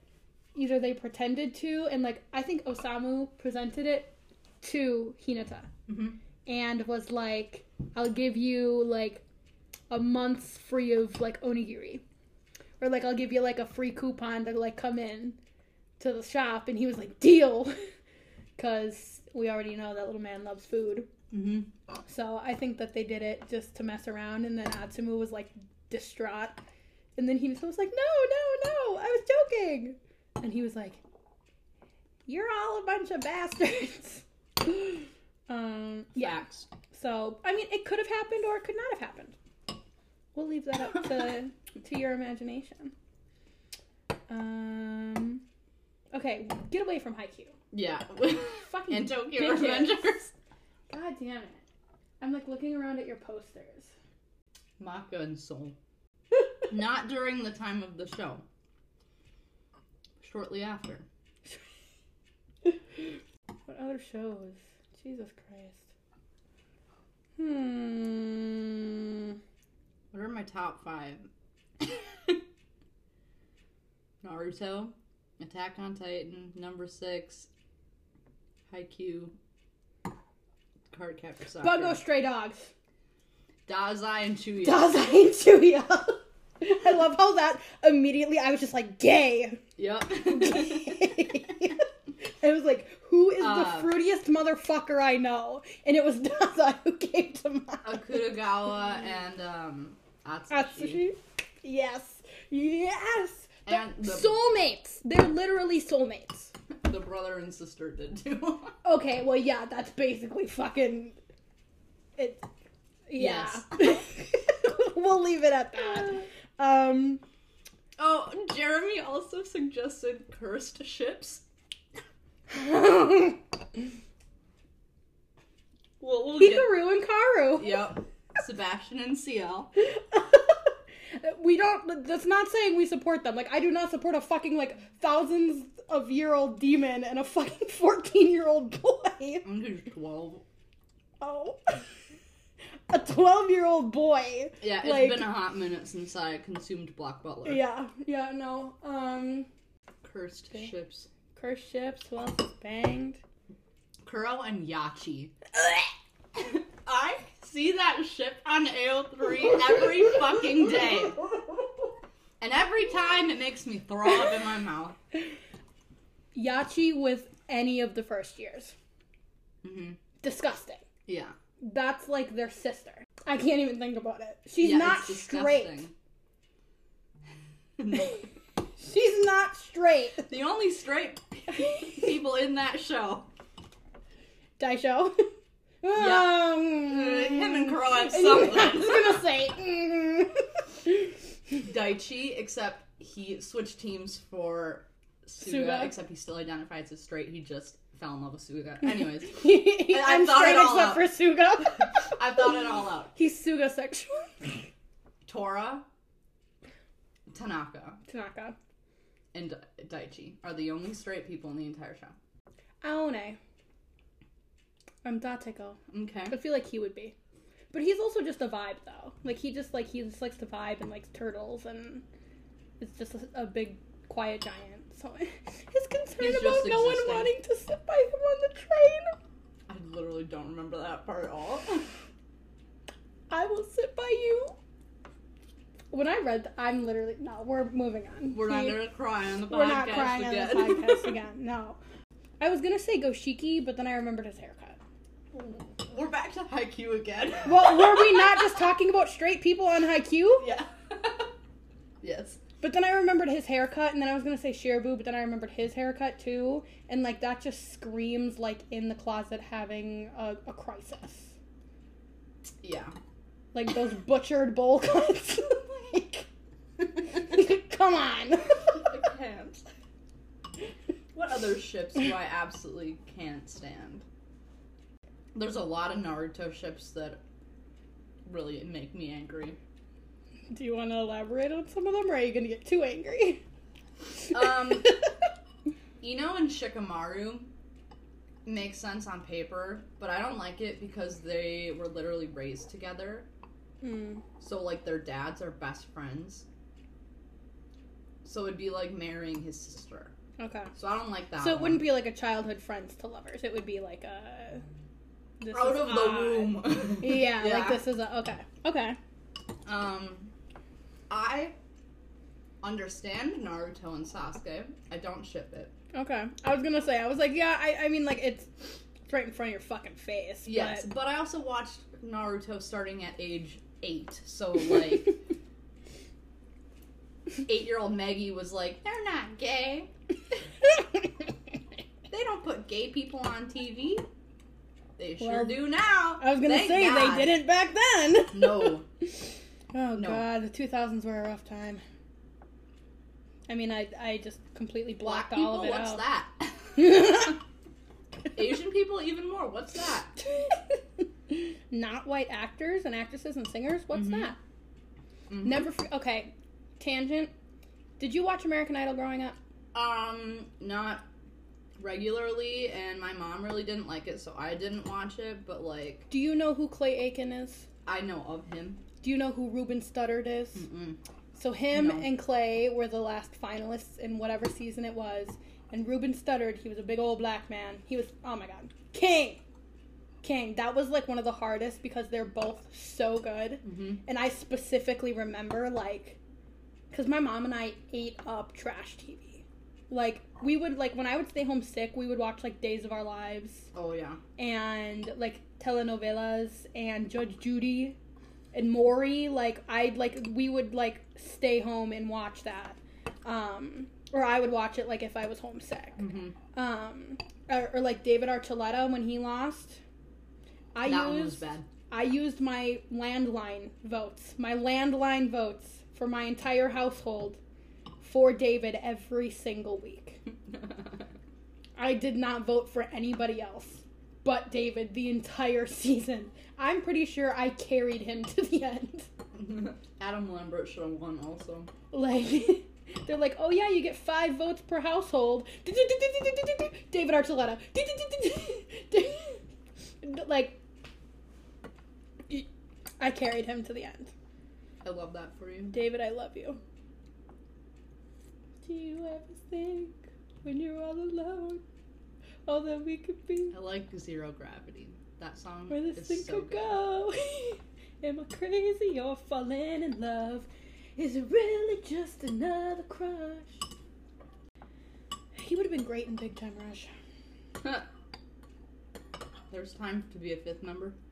either they pretended to, and like I think Osamu presented it to Hinata
Mhm.
and was like, "I'll give you like a month's free of like onigiri." or like I'll give you like a free coupon to like come in to the shop and he was like deal cuz we already know that little man loves food.
Mm-hmm.
So I think that they did it just to mess around and then Atsumu was like distraught and then he was was like no, no, no, I was joking. And he was like you're all a bunch of bastards. um yeah.
Facts.
So, I mean, it could have happened or it could not have happened. We'll leave that up to, to your imagination. Um, okay, get away from Haikyuu.
Yeah.
Fucking
and Tokyo
bitches.
Revengers.
God damn it. I'm like looking around at your posters.
Maka and Soul. Not during the time of the show. Shortly after.
What other shows? Jesus Christ. Hmm.
What are my top five? Naruto, Attack on Titan, number six, Haikyuu, Card Captor Sakura.
Bungo Stray Dogs.
Dazai and Chuya.
Dazai and Chuya. I love how that immediately I was just like, gay.
yep.
I was like, who is
Uh,
the fruitiest motherfucker I know? And it was Daza who came to
Oh,
mind.
Akutagawa Uh, and um, Atsushi.
Atsushi. Yes. Yes. The-
And the-
Soulmates. They're literally soulmates.
The brother and sister did too.
Okay, well, yeah, that's basically fucking. It. Yeah. we'll leave it at that. Um,
oh, Jeremy also suggested cursed ships. Well, we'll get-
Hikaru and Karu.
Yep. Sebastian and CL.
we don't that's not saying we support them like i do not support a fucking like thousands of year old demon and a fucking 14 year old boy
I'm just 12.
oh a 12 year old boy
Yeah, it's
Like-
been a hot minute since I consumed Block Butler.
yeah yeah no um
Cursed
Okay.
ships.
curse ships who else is banged
Kuro and Yachi. I see that ship on AO3 every fucking day. And every time it makes me throw up in my mouth.
yachi with any of the first years
Mhm.
disgusting
Yeah.
that's like their sister i can't even think about it she's
yeah,
not
it's
straight
disgusting.
she's not straight
the only straight people in that show.
Daisho.
Yeah.
Um,
Him and Kuro had
I
something.
was gonna say. mm.
Daichi, except he switched teams for Suga,
Suga.
except he still identifies as straight. He just fell in love with Suga. Anyways, I
I'm
thought it
straight
all
except
up.
for Suga.
I thought it all out.
He's Suga sexual.
Tora, Tanaka,
Tanaka.
and Da- Daichi are the only straight people in the entire show.
Aone. I'm Dateko.
Okay.
I feel like he would be. But he's also just a vibe though. Like he just like he just likes to vibe and likes turtles and it's just a, a big quiet giant. So his concern
He's
about
just
no one
existing.
wanting to sit by him on the train.
I literally don't remember that part at all.
I will sit by you. When I read, th- I'm literally no. We're moving on.
We're not
See,
gonna cry on the podcast
we're not crying
again.
on the podcast again. No, I was gonna say Goshiki, but then I remembered his haircut.
We're back to Haikyuu again.
Well, were we not just talking about straight people on Haikyuu?
Yeah. yes.
But then I remembered his haircut, and then I was gonna say Shirabu, but then I remembered his haircut too, and like that just screams like in the closet having a, a crisis,
Yeah.
like those butchered bowl cuts. like, come on.
I can't. What other ships do I absolutely can't stand? There's a lot of Naruto ships that really make me angry.
Do you want to elaborate on some of them, or are you gonna get too angry?
Um, Ino and Shikamaru make sense on paper, but I don't like it because they were literally raised together.
Hmm.
So like their dads are best friends. So it'd be like marrying his sister.
Okay.
So I don't like that.
So it
one.
wouldn't be like a childhood friends to lovers. It would be like a this
out
is
of
odd.
the womb.
Yeah, like this is a okay, okay.
Um, I understand Naruto and Sasuke. I don't ship it.
Okay. I was gonna say, I was like, yeah, I, I mean, like, it's, it's right in front of your fucking face.
Yes, but I also watched Naruto starting at age eight. So like, eight-year-old Maggie was like, "They're not gay. They don't put gay people on TV. They sure
Well,
do now."
I was gonna
Thank
say
God."
they didn't back then.
No,
Oh
No.
god, the 2000s were a rough time. I mean, I I just completely
black
blocked all
people.
of it
What's
out.
that? Asian people even more. What's that?
Not white actors and actresses and singers. What's
Mhm.
that?
Mhm.
Never. F- okay. Tangent. Did you watch American Idol growing up?
Um, not regularly, and my mom really didn't like it, so I didn't watch it. But like,
Do you know who Clay Aiken is?
I know of him.
Do you know who Ruben Studdard is?
Mm-mm.
So him
Mm. No.
and Clay were the last finalists in whatever season it was. And Ruben Studdard, he was a big old black man. He was oh my god. King. King. That was like one of the hardest because they're both so good.
Mm-hmm.
And I specifically remember like cuz my mom and I ate up trash TV. Like we would like when I would stay home sick, we would watch like Days of Our Lives
Oh yeah.
and like telenovelas and Judge Judy and Maury. Like I'd like we would like stay home and watch that, um, or I would watch it like if I was homesick,
Mm-hmm.
um, or, or like David Archuleta when he lost. I
that one was
used
bad.
I used my landline votes, my landline votes for my entire household for David every single week. I did not vote for anybody else but David the entire season. I'm pretty sure I carried him to the end.
Adam Lambert should have won also.
Like, they're like, oh yeah, you get five votes per household. David Archuleta. Like, I carried him to the end.
I love that for you.
David, I love you. Do you ever think when you're all alone, all that we could be?
I like Zero Gravity. That song
Where this thing
is so
could
good.
go. Am I crazy or falling in love? Is it really just another crush? He would have been great in Big Time Rush.
There's time to be a fifth member.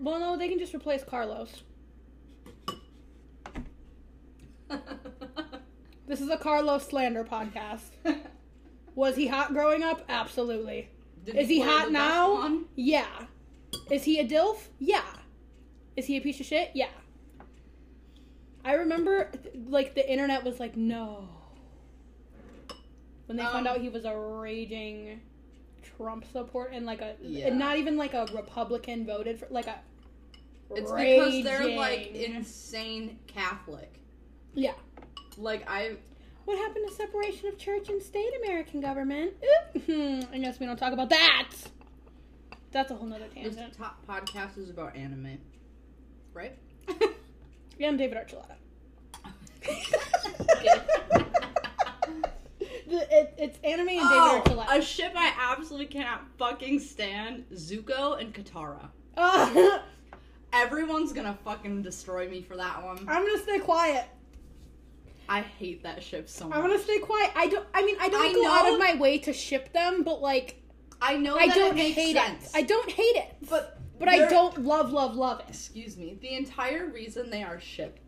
Well, no, they can just replace Carlos. This is a Carlos slander podcast. Was he hot growing up? Absolutely.
Did
Is he
play
hot
the best
now?
one?
Yeah. Is he a DILF? Yeah. Is he a piece of shit? Yeah. I remember, like, the internet was like, no. When they found
Um,
out he was a raging Trump support and, like, a.
Yeah.
And not even, like, a Republican voted for. Like, a.
It's because they're like
raging-
insane Catholic.
Yeah.
Like I
What happened to separation of church and state, American government? Oop. Hmm, I guess we don't talk about that. That's a whole nother
this
tangent.
top podcast is about anime. Right?
Yeah, I'm David Archuleta. The- it- it's anime and
oh,
David Archuleta.
a ship I absolutely cannot fucking stand, Zuko and Katara.
Ugh,
Everyone's gonna fucking destroy me for that one.
I'm gonna stay quiet.
I hate that ship so much.
I'm gonna stay quiet. I don't. I mean, I don't
I
go out
know-
of my way to ship them, but like,
I know
I
that
don't
it makes
hate
sense.
it. I don't hate it,
but
but I
they're-
don't love, love, love it.
excuse me, the entire reason they are shipped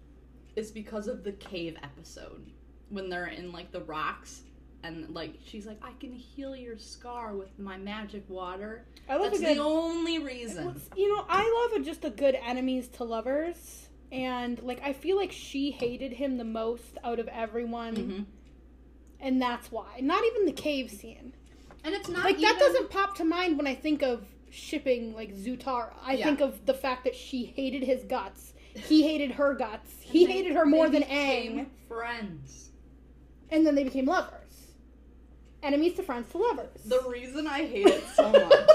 is because of the cave episode when they're in like the rocks and like she's like I can heal your scar with my magic water.
I love
That's
a good.
the only reason.
Let's- You know, I love a, just a good enemies to lovers, and like I feel like she hated him the most out of everyone,
hmm
and that's why. Not even the cave scene.
And it's not
Like that
even-
doesn't pop to mind when I think of shipping like Zutara. I
Yeah.
think of the fact that she hated his guts. He hated her guts. He
they-
hated her more
they
than
became
Aang,
Friends.
and then they became lovers. Enemies to friends to lovers.
The reason I hate it so much.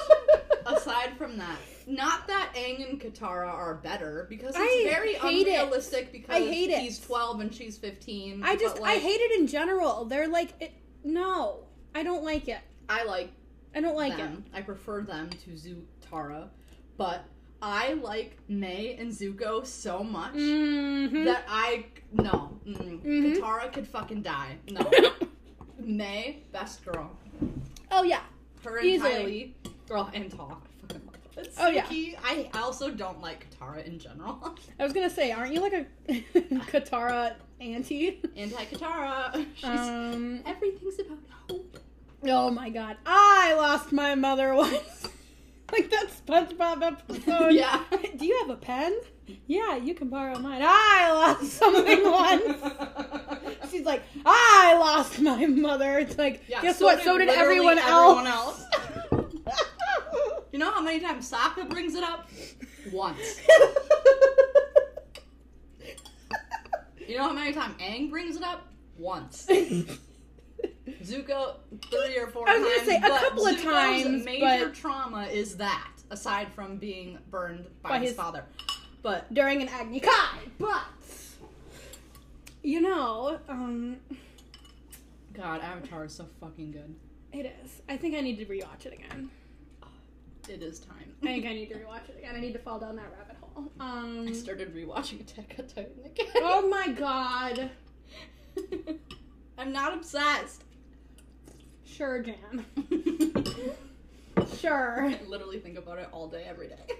aside from that, not that Aang and Katara are better because it's
I
very
hate it.
unrealistic because
I hate it.
he's 12 and she's 15.
I
but,
just I
like,
hate it in general. They're like it, no, I don't like it.
I like
I don't like it.
them. I prefer them to Zutara, but I like Mei and Zuko so much
Mm-hmm.
that I no. Mm,
Mhm.
Katara could fucking die. No. Mei, best girl.
oh yeah,
Her and
Easily.
Kylie, girl and Toph.
Oh, yeah.
Suki, I also don't like Katara in general.
I was gonna say, aren't you like a Katara auntie?
Anti Katara. She's
Um,
everything's about hope.
oh my god, I lost my mother once. like that SpongeBob episode.
yeah.
Do you have a pen? Yeah, you can borrow mine. I lost something once. She's like, I lost my mother. It's like,
Yeah,
guess what? so did
literally
everyone,
everyone
else.
else. you know how many times Sokka brings it up? Once. You know how many times Aang brings it up? Once. Zuko three or four
I
times.
was gonna say, a
but
couple of
Zuko's
times,
Major
but-
trauma is that, aside from being burned by,
By
his,
his-
father. But
During an Agni Kai, but you know, um,
God, Avatar is so fucking good.
it is. I think I need to rewatch it again.
It is time.
I think I need to rewatch it again. I need to fall down that rabbit hole. Um,
I started rewatching Attack on Titan
oh my god. Um,
again. I'm not obsessed.
Sure, Jan.
I
Sure.
literally think about it all day, every day.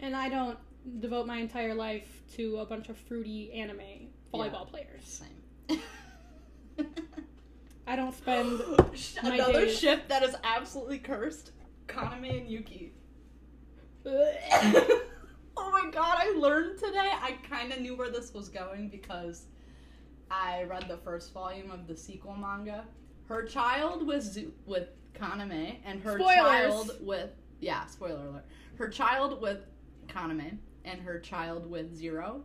And I don't devote my entire life to a bunch of fruity anime volleyball players.
Same.
I don't spend. my
Another
days-
ship that is absolutely cursed. Kaname and Yuki.
Ugh.
oh my god, I learned today. I kind of knew where this was going because I read the first volume of the sequel manga. Her child was Zu- with Kaname, and her
Spoilers.
child with yeah, spoiler alert. Her child with Kaname, and her child with Zero.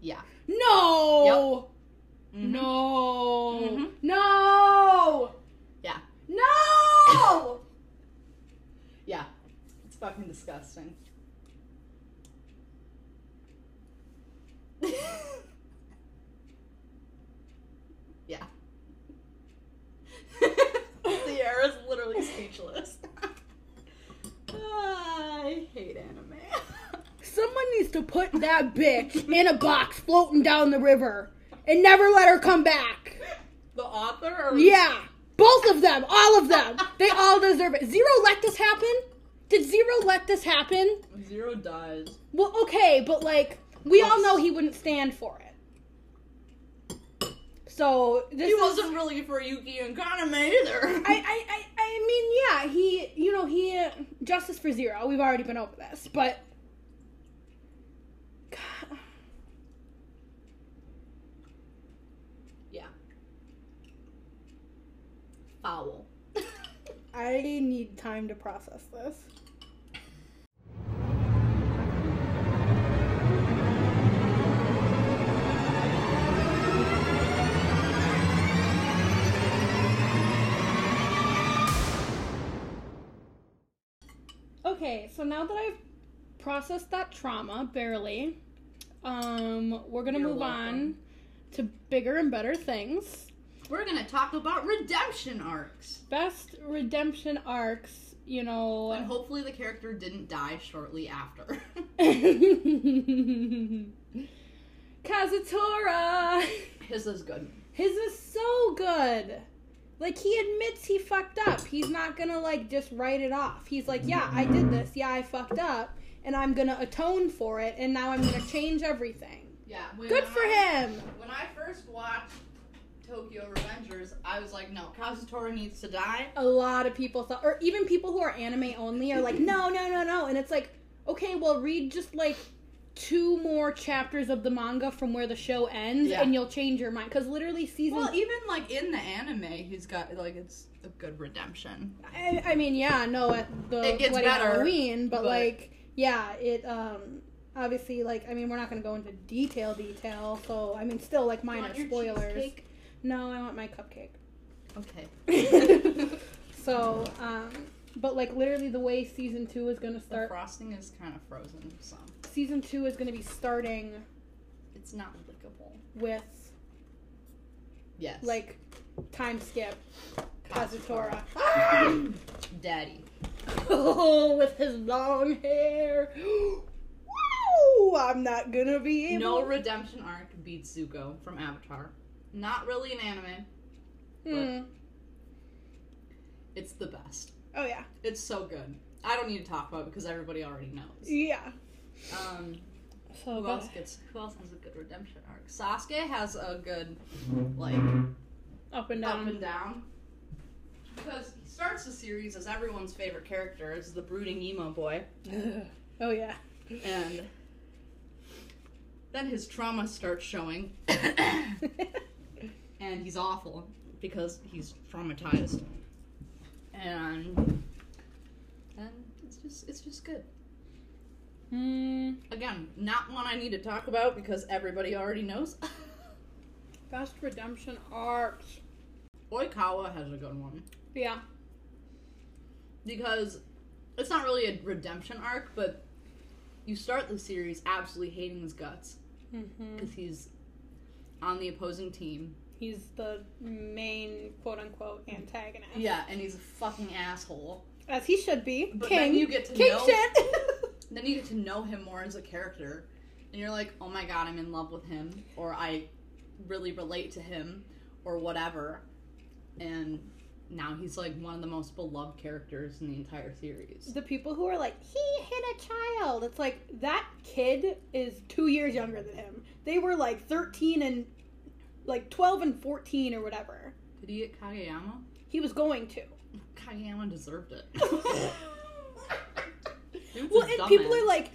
Yeah.
no!
Mhm.
No!
Mhm.
No!
Yeah.
No!
Yeah. It's fucking disgusting. yeah. Sierra's literally speechless. Ah, I hate anime.
Someone needs to put that bitch in a box floating down the river and never let her come back.
the author or
Yeah, both of them, all of them. They all deserve it. Zero let this happen? Did Zero let this happen?
Zero dies.
Well, okay, but like, we all know he wouldn't stand for it. So, this
He
is-
wasn't really for Yuki and Kaname either.
I, I, I, I mean, yeah, he, you know, he, uh, justice for zero. We've already been over this, but. God.
yeah. Foul.
I need time to process this. Okay, so now that I've processed that trauma barely, um, we're gonna
You're
move on
welcome.
to bigger and better things.
We're gonna talk about redemption arcs.
Best redemption arcs, you know.
And hopefully the character didn't die shortly after.
Kazutora!
His is good.
His is so good. Like, he admits he fucked up. He's not gonna, like, just write it off. He's like, yeah, I did this. Yeah, I fucked up. And I'm gonna atone for it. And now I'm gonna change everything.
Yeah. when
Good for
I-
him.
When I first watched Tokyo Revengers, I was like, no, Kazutora needs to die.
A lot of people thought, or even people who are anime only, are like, no, no, no, no. And it's like, okay, well, read just like two more chapters of the manga from where the show ends,
Yeah.
and you'll change your mind. Because literally, season.
Well, even like in the anime, he's got like it's a good redemption.
I, I mean, yeah, no, at the
It gets
Bloody
better,
Halloween, but,
but-
like, yeah, it um obviously like I mean we're not gonna go into detail detail, so I mean still like minor spoilers. No, I want my
Okay.
cupcake. so, um, but like literally the way season two is gonna
The
start.
frosting is kind of frozen, so
Season two is gonna be starting
it's not lickable.
with
Yes.
like time skip Kazutora.
Daddy.
Oh, with his long hair. Woo! I'm not gonna be
No
able.
redemption arc beats Zuko from Avatar. Not really an anime.
Hmm.
It's the best.
Oh yeah,
It's so good. I don't need to talk about it because everybody already knows.
yeah.
Um,
So
who
but,
else gets? Who else has a good redemption arc? Sasuke has a good like
up and
up
down.
and down because he starts the series as everyone's favorite character is the brooding emo boy,
oh yeah.
and then his trauma starts showing, and he's awful because he's traumatized, and and it's just it's just good.
Hmm.
Again, not one I need to talk about because everybody already knows.
Best redemption arcs.
Oikawa has a good one
Yeah.
because it's not really a redemption arc, but you start the series absolutely hating his guts
Mm-hmm.
because he's on the opposing team.
He's the main quote unquote antagonist.
Yeah, and he's a fucking asshole.
As he should be.
But
King.
then you get to
King
know-
shit.
Then you get to know him more as a character, and you're like, oh my god, I'm in love with him, or I really relate to him, or whatever. And now he's like one of the most beloved characters in the entire series.
the people who are like, he hit a child. It's like that kid is two years younger than him. They were like thirteen and like twelve and fourteen or whatever.
Did he get Kageyama?
He was going to.
Kageyama deserved it. Dude's a
Well, and people
dumbass.
are like,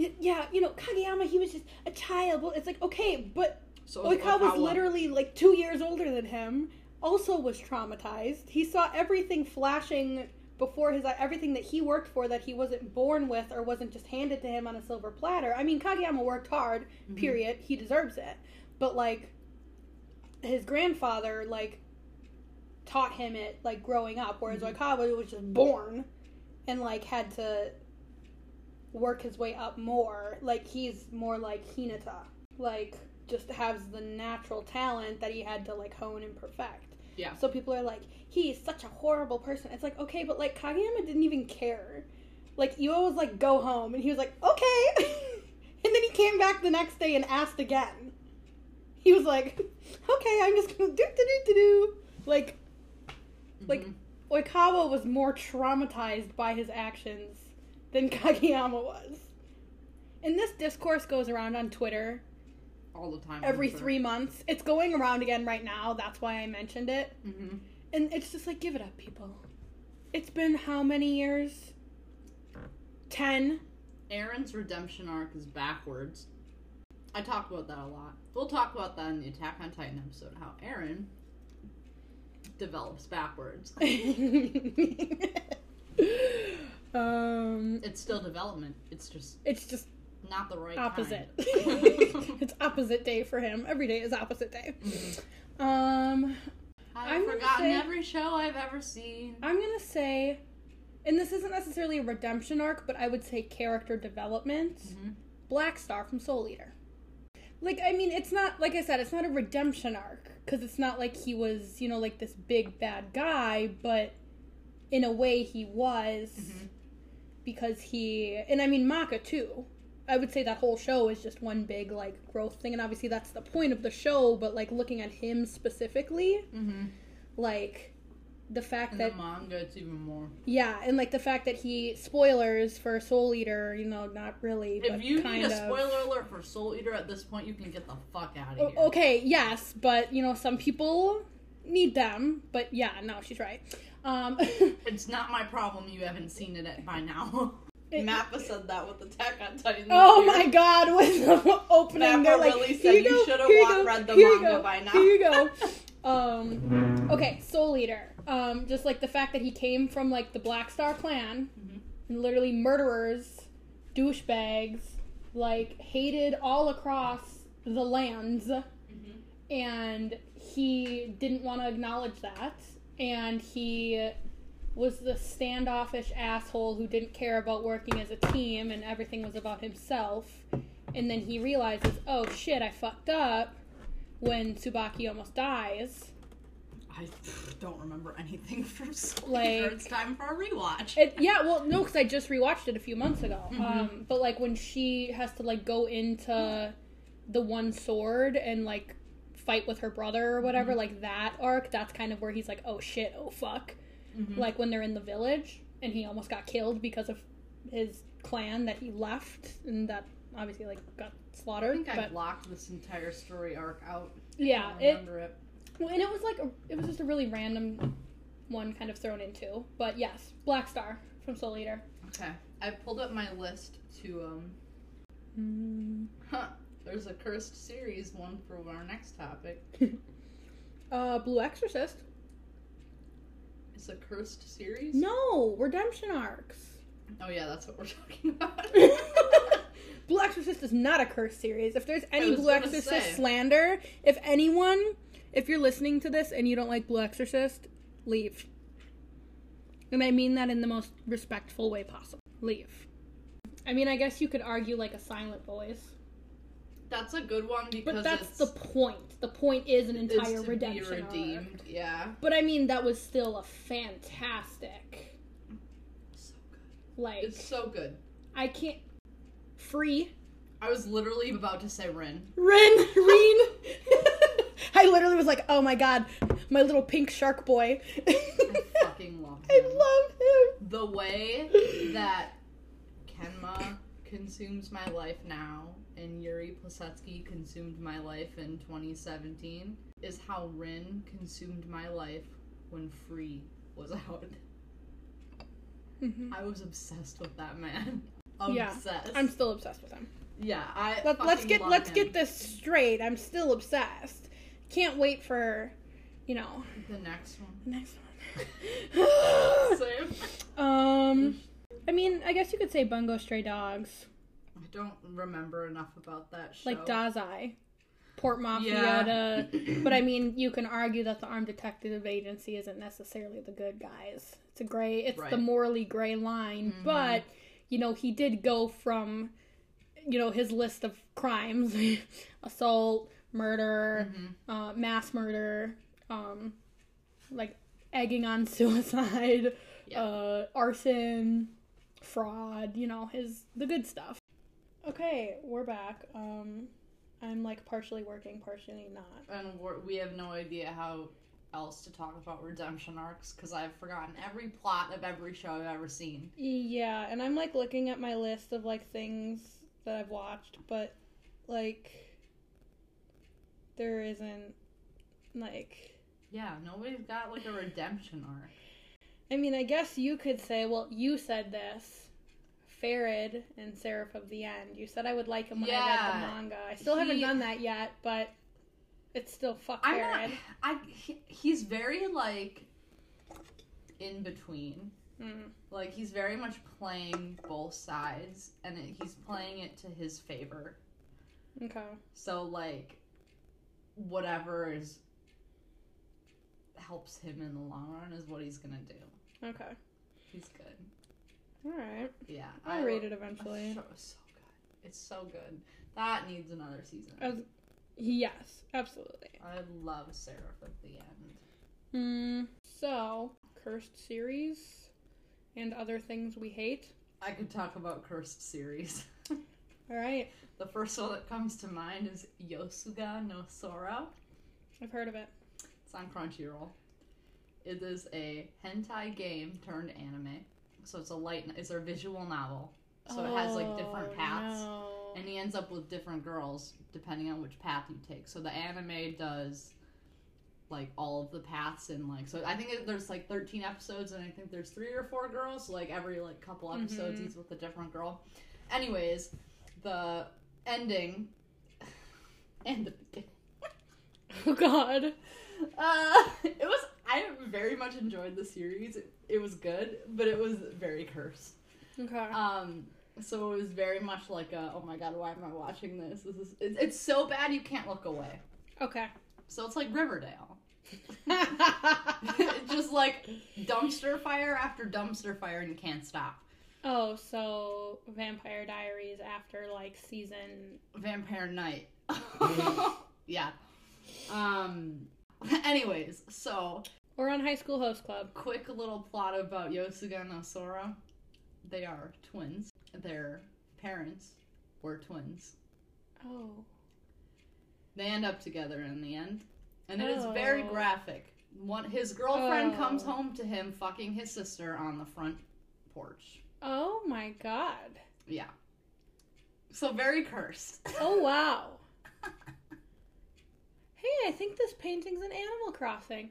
"Y- yeah, you know, Kageyama, he was just a child. Well, it's like, okay, but
so is
Oikawa was
Oikawa.
literally like two years older than him, also was traumatized. He saw everything flashing before his eye, everything that he worked for that he wasn't born with or wasn't just handed to him on a silver platter. I mean, Kageyama worked hard,
Mhm.
period. He deserves it. But like his grandfather like taught him it like growing up, whereas
Mhm.
Oikawa was just born and like had to work his way up more. Like he's more like Hinata. Like just has the natural talent that he had to like hone and perfect.
Yeah.
So people are like, he's such a horrible person. It's like, okay, but like Kageyama didn't even care. Like Iwa was like, go home, and he was like, okay. and then he came back the next day and asked again. He was like, okay, I'm just gonna do do do do do. Like like-
Mhm.
Oikawa was more traumatized by his actions than Kageyama was. And this discourse goes around on Twitter
all the time.
every three months. It's going around again right now. That's why I mentioned it.
Mm-hmm.
And it's just like, give it up, people. It's been how many years? Ten.
Aaron's redemption arc is backwards. I talk about that a lot. We'll talk about that in the Attack on Titan episode. How Aaron develops backwards.
um,
It's still development. It's just
it's just
not the right
opposite.
Kind.
it's opposite day for him. Every day is opposite day. Um, I'm
I've
gonna
forgotten
say-
every show I've ever seen.
I'm gonna say, and this isn't necessarily a redemption arc, but I would say character development.
Mhm.
Black Star from Soul Eater. Like, I mean, it's not, like I said, it's not a redemption arc, because it's not like he was, you know, like this big bad guy, but in a way he was,
Mhm.
because he, and I mean, Maka too. I would say that whole show is just one big, like, growth thing, and obviously that's the point of the show, but, like, looking at him specifically,
Mm-hmm.
like, the fact
In
that
the manga, it's even more.
yeah, and like the fact that he spoilers for Soul Eater, you know, not really.
If
but
you
kind
need a
of.
spoiler alert for Soul Eater at this point, you can get the fuck out of
O-
here.
Oh, Okay, yes, but you know, some people need them. But yeah, no, she's right. Um,
It's not my problem you haven't seen it by now.
It-
Mappa said that with Attack on Titan.
oh
this year.
my god, with the opening,
Pepper
they're like,
really
here
said you
you go,
should have
here you
wa-
go,
read the
here you
manga
go,
by now."
here you go. Um, okay, Soul Eater. Um, just like the fact that he came from like the Black Star Clan,
Mhm.
and literally murderers, douchebags, like hated all across the lands
Mm-hmm.
and he didn't want to acknowledge that and he was the standoffish asshole who didn't care about working as a team and everything was about himself and then he realizes oh shit i fucked up when tsubaki almost dies
I don't remember anything from Soul
Like-
Eater. It's time for a rewatch.
It, yeah, well, no, because I just rewatched it a few months ago.
Mhm.
Um, but like when she has to like go into the one sword and like fight with her brother or whatever, like that arc, that's kind of where he's like, oh shit, oh fuck.
Mhm.
Like when they're in the village and he almost got killed because of his clan that he left and that obviously like got
I
slaughtered.
think I
But
blocked this entire story arc out. I
yeah,
don't
it
remember it.
Well, and it was like a, it was just a really random one kind of thrown into. But yes, Black Star from Soul Eater.
Okay. I pulled up my list to um huh. There's a cursed series one for our next topic.
Uh, Blue Exorcist.
It's a cursed series?
No, redemption arcs.
Oh yeah, that's what we're talking about.
Blue Exorcist is not a curse series. If there's any
was
Blue
gonna
Exorcist
say.
slander, if anyone, if you're listening to this and you don't like Blue Exorcist, leave. And I mean that in the most respectful way possible. Leave. I mean, I guess you could argue like a Silent Boys,
that's a good one because
but that's
it's,
the point. The point is an
it's
entire
to
redemption
be
arc.
redeemed. Yeah.
But I mean, that was still a fantastic,
So good.
like
It's so good.
I can't free
I was literally about to say Rin.
Ren Reen. I literally was like, oh my god, my little pink shark boy.
I fucking love
I
him.
love
the way
him.
that Kenma consumes my life now and Yuri Plasetsky consumed my life in 2017 is how Rin consumed my life when Free was out.
Mhm.
I was obsessed with that man.
Yeah,
Obsessed.
I'm still obsessed with him.
yeah, I
Let, let's
fucking
get
love
let's
him.
get this straight. I'm still obsessed. Can't wait for, you know,
the next one.
the next one.
Same.
um, I mean, I guess you could say Bungo Stray Dogs,
I don't remember enough about that show.
like Dazai, Port Mafia.
Yeah.
To, But I mean, you can argue that the armed detective agency isn't necessarily the good guys. It's a gray, it's the
Right.
morally gray line.
Mhm.
But you know, he did go from, you know, his list of crimes: assault, murder,
Mhm.
uh, mass murder, um, like egging on suicide,
Yeah.
uh, arson, fraud. You know, his the good stuff. Okay, we're back. Um, I'm like partially working, partially not.
and we're, we have no idea how else to talk about redemption arcs because I've forgotten every plot of every show I've ever seen.
Yeah, and I'm like looking at my list of like things that I've watched, but like there isn't like
Yeah, nobody's got like a redemption arc.
I mean, I guess you could say, well, you said this. Farid and Seraph of the End. You said I would like him when I read the
Yeah.
manga. I still haven't
He-
done that yet, but it's still fuck
I'm
Farid.
not. I he, he's very like in between.
Mm.
Like he's very much playing both sides, and it, he's playing it to his favor.
Okay.
So like, whatever is helps him in the long run is what he's gonna do.
Okay.
He's good.
All right.
Yeah,
I'll read it
That
eventually.
show is so good. It's so good. That needs another season.
I was- Yes, absolutely.
I love Seraph at the end.
Mm. So, cursed series and other things we hate.
I could talk about cursed series.
All right,
The first one that comes to mind is Yosuga no Sora.
I've heard of it.
It's on Crunchyroll. It is a hentai game turned anime. So it's a light. It's a visual novel. So it has like different
Oh,
paths,
no.
and he ends up with different girls depending on which path you take. So the anime does like all of the paths and like so I think it, there's like 13 episodes and I think there's three or four girls. So like every like couple episodes,
Mhm.
he's with a different girl. Anyways, the ending and the beginning.
oh god.
Uh, it was. I very much enjoyed the series. It, it was good, but it was very cursed.
Okay.
Um, so it was very much like a, oh my god, why am I watching this? This is it, it's so bad you can't look away.
Okay.
So it's like Riverdale. Just like dumpster fire after dumpster fire and you can't stop.
Oh, so Vampire Diaries after like season.
Vampire Night. yeah. Um. Anyways, so
Or on High School Host Club.
quick little plot about Yosuga and Osora. They are twins. Their parents were twins.
Oh.
They end up together in the end. And it is
Oh.
very graphic. One his girlfriend
Oh.
comes home to him fucking his sister on the front porch.
Oh my god.
Yeah. So very cursed.
Oh wow. hey, I think this painting's an Animal Crossing.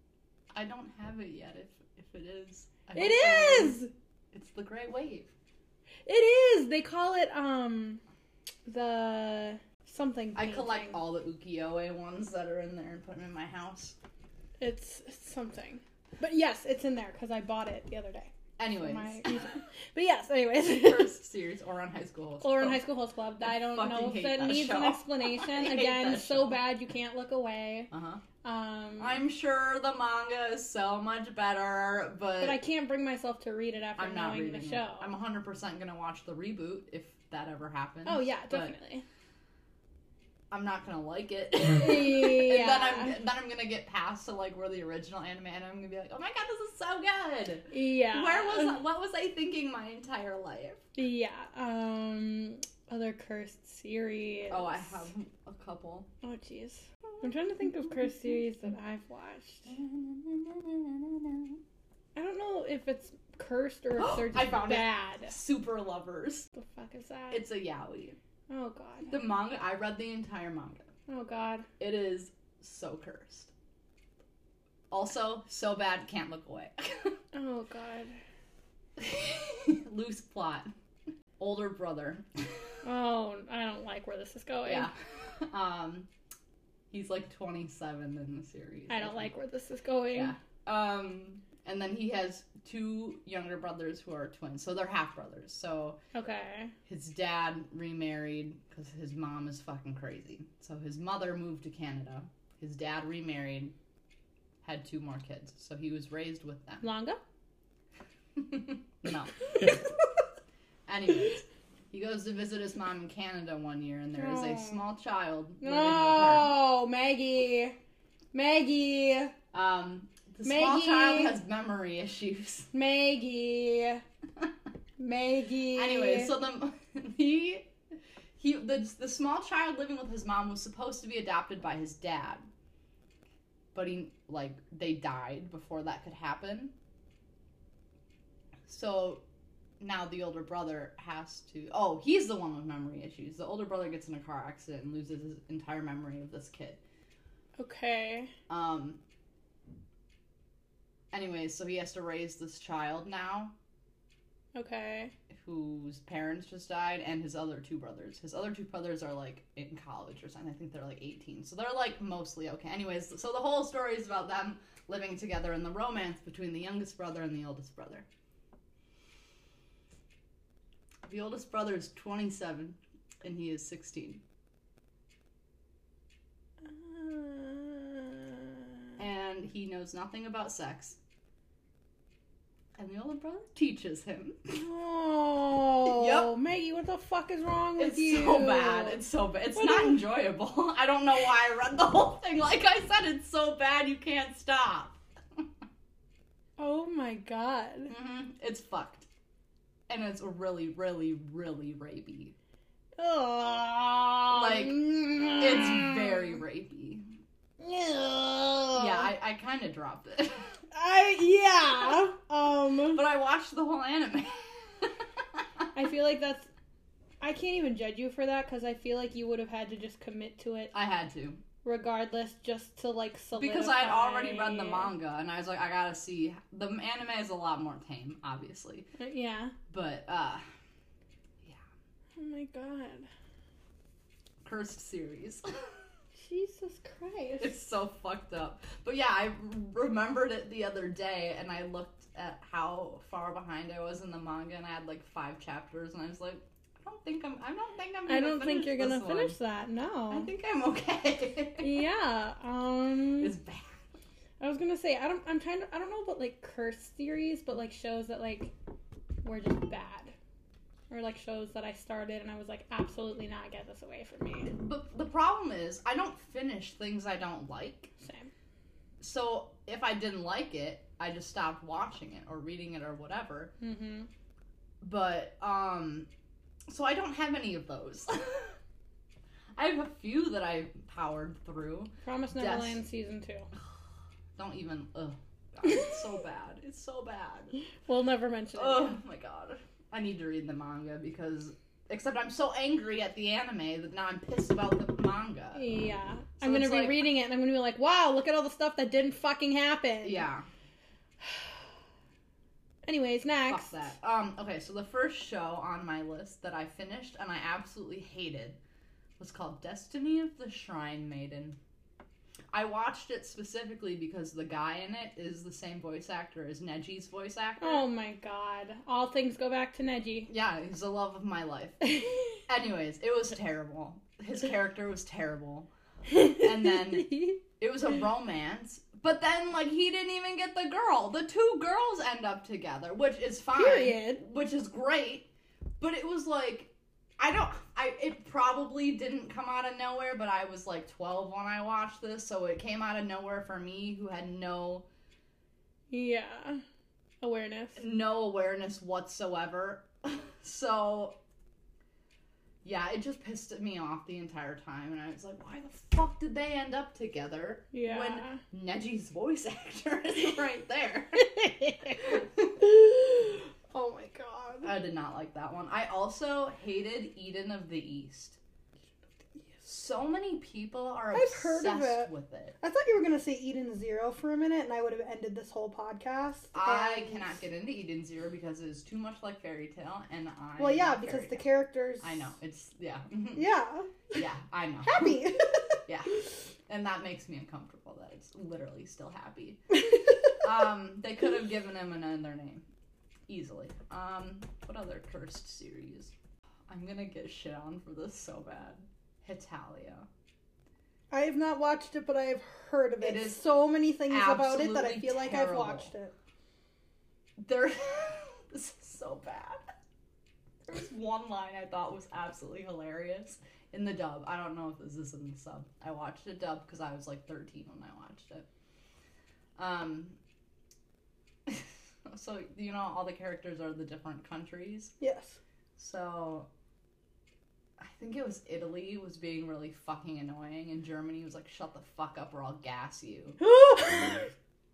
I don't have it yet if if it is. I hope I
It
do.
is.
It's the great wave.
It is. They call it um the something.
I collect
painting.
all the ukiyo-e ones that are in there and put them in my house.
It's something. But yes, it's in there because I bought it the other day.
Anyways.
My reason. But yes, anyways.
First series or on high school.
Or in
Oh.
High School Host Club.
I
I don't
fucking
know if
hate
it
that
needs an
show. I
explanation.
hate
Again,
that
so
show.
bad you can't look away.
Uh-huh.
Um,
I'm sure the manga is so much better,
but I can't bring myself to read it after
I'm not
knowing
reading
the
it.
show.
I'm 100% gonna watch the reboot if that ever happens.
oh yeah,
but
definitely.
I'm not gonna like it. and then
Yeah.
I'm then I'm gonna get past to like where the original anime, and I'm gonna be like, oh my god, this is so good.
Yeah. Um,
Where was what was I thinking my entire life?
Yeah. Um. Other cursed series.
Oh, I have a couple.
Oh, jeez. I'm trying to think of cursed series that I've watched. I don't know if it's cursed or if they're
I
just
found it.
bad.
Super lovers.
The fuck is that?
It's a yaoi.
oh god.
The manga. I read the entire manga.
oh god.
It is so cursed. Also, so bad, can't look away.
Oh god.
Loose plot. Older brother.
Oh, I don't like where this is going.
Yeah. Um, he's like 27 in the series.
I don't like where this is going.
Yeah. Um, and then he has two younger brothers who are twins, so they're half brothers. So
Okay.
his dad remarried because his mom is fucking crazy. So his mother moved to Canada. His dad remarried, had two more kids. So he was raised with them.
Longa?
no. Anyways, he goes to visit his mom in Canada one year, and there is
No.
a small child living with her.
No, Maggie. Maggie.
Um, the small child
Maggie.
has memory issues.
Maggie. Maggie.
Anyway, so the he he the the small child living with his mom was supposed to be adopted by his dad, but he like they died before that could happen. So now the older brother has to. Oh, he's the one with memory issues. The older brother gets in a car accident and loses his entire memory of this kid.
Okay.
Um. Anyway, so he has to raise this child now
Okay.
whose parents just died and his other two brothers. His other two brothers are like in college or something. I think they're like 18. So they're like mostly okay. Anyways, so the whole story is about them living together and the romance between the youngest brother and the oldest brother. The oldest brother is 27 and he is 16.
Uh,
And he knows nothing about sex. And the older brother teaches him.
oh, Maggie, what the fuck is wrong with
It's
you?
so bad. It's so bad. It's
What
not
is-
enjoyable. I don't know why I read the whole thing. Like I said, it's so bad you can't stop.
oh my god.
hmm It's fucked. And it's really, really, really rapey.
Oh, Mm.
Like, It's very rapey. Yeah, I, I kind of dropped it.
I yeah. Um,
but I watched the whole anime.
I feel like that's. I can't even judge you for that because I feel like you would have had to just commit to it
I had to.
regardless, just to like solidify.
Because I had already read the manga and I was like, I gotta see. The anime is a lot more tame, obviously.
Yeah.
But, uh,
Oh my god,
cursed series.
Jesus Christ!
It's so fucked up. But yeah, I remembered it the other day and I looked at how far behind I was in the manga and I had like five chapters and I was like, I don't think I'm I don't think I'm gonna
I don't
finish
think you're gonna
this
finish that.
one.
No.
I think I'm okay.
yeah. Um.
It's bad.
I was gonna say I don't. I'm trying to. I don't know about like curse theories, but like shows that like were just bad, or like shows that I started and I was like, absolutely not get this away from me.
But the problem is I don't finish things I don't like.
Same.
So if I didn't like it, I just stopped watching it or reading it or whatever.
Mm-hmm.
But um so I don't have any of those. I have a few that I powered through.
Promise
Yes.
Neverland season two.
Don't even. Ugh. God, it's so bad. It's so bad.
We'll never mention it.
Oh
again.
my god. I need to read the manga because. Except I'm so angry at the anime that now I'm pissed about the manga.
Yeah.
So
I'm gonna
it's
be
like-
reading it and I'm gonna be like, wow, look at all the stuff that didn't fucking happen.
Yeah.
Anyways, next.
Fuck that. Um. Okay. So the first show on my list that I finished and I absolutely hated was called Destiny of the Shrine Maiden. I watched it specifically because the guy in it is the same voice actor as Neji's voice actor.
Oh my god. All things go back to Neji.
Yeah, he's the love of my life. Anyways, it was terrible. His character was terrible.
and
then- It was a romance, but then like he didn't even get the girl. The two girls end up together, which is fine,
Period.
which is great. But it was like I don't I it probably didn't come out of nowhere, but I was like 12 when I watched this, so it came out of nowhere for me who had no
Yeah. Awareness.
no awareness whatsoever. so yeah, it just pissed me off the entire time and I was like, why the fuck did they end up together?
Yeah.
When Neji's voice actor is right there.
oh my god.
I did not like that one. I also hated Eden of the East. So many people are
I've
obsessed
heard of it.
with it.
I thought you were gonna say Eden Zero for a minute, and I would have ended this whole podcast.
I
and-
cannot get into Eden Zero because it is too much like fairy tale, and I.
Well, yeah,
love
because
Fairy
the
Tail.
characters.
I know it's yeah, Mhm.
Yeah,
yeah, I know.
happy.
yeah, and that makes me uncomfortable that it's literally still happy. Um, they could have given him another name easily. Um, what other cursed series? I'm gonna get shit on for this so bad. Hitalia.
I have not watched it, but I have heard of it.
It is
so many things about it that I
absolutely
feel like I've
terrible.
watched it.
There, this is so bad. There's one line I thought was absolutely hilarious in the dub. I don't know if this is in the sub. I watched a dub because I was like 13 when I watched it. Um, so you know, all the characters are the different countries.
Yes.
So I think it was Italy was being really fucking annoying, and Germany was like, "Shut the fuck up, or I'll gas you."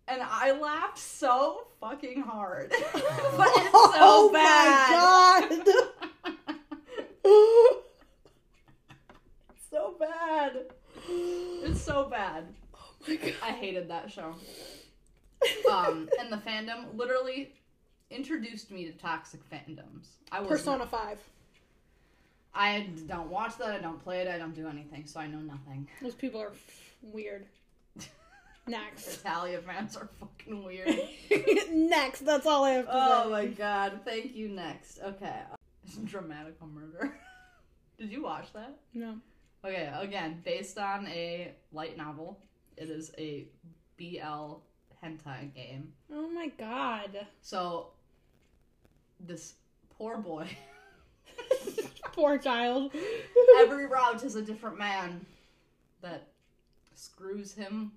And I laughed so fucking hard. but it's so
oh
bad.
my god.
So bad. It's so bad.
Oh my god.
I hated that show. Um, and the fandom literally introduced me to toxic fandoms. I was
Persona Five
I don't watch that. I don't play it. I don't do anything, so I know nothing.
Those people are f- weird. Next.
Italia fans are fucking weird.
Next. That's all I have to
Oh
say.
my god. Thank you. Next. Okay. Dramatical murder. Did you watch that?
No.
Okay, again, based on a light novel. It is a BL hentai game.
Oh my god.
So this poor boy.
Poor child.
Every route is a different man that screws him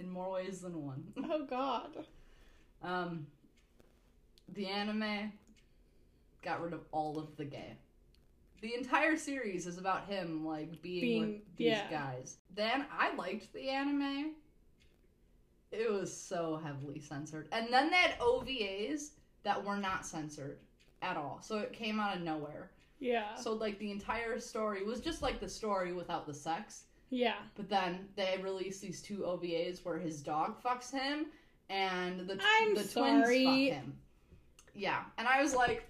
in more ways than one.
oh god.
Um, the anime got rid of all of the gay. The entire series is about him like being,
Being-
with these
yeah.
guys. Then I liked the anime. It was so heavily censored. And then they had OVAs that were not censored at all. So it came out of nowhere.
Yeah.
So like the entire story was just like the story without the sex.
Yeah.
But then they released these two OVAs where his dog fucks him and the, tw-
I'm
the
sorry.
twins fuck him. Yeah. And I was like,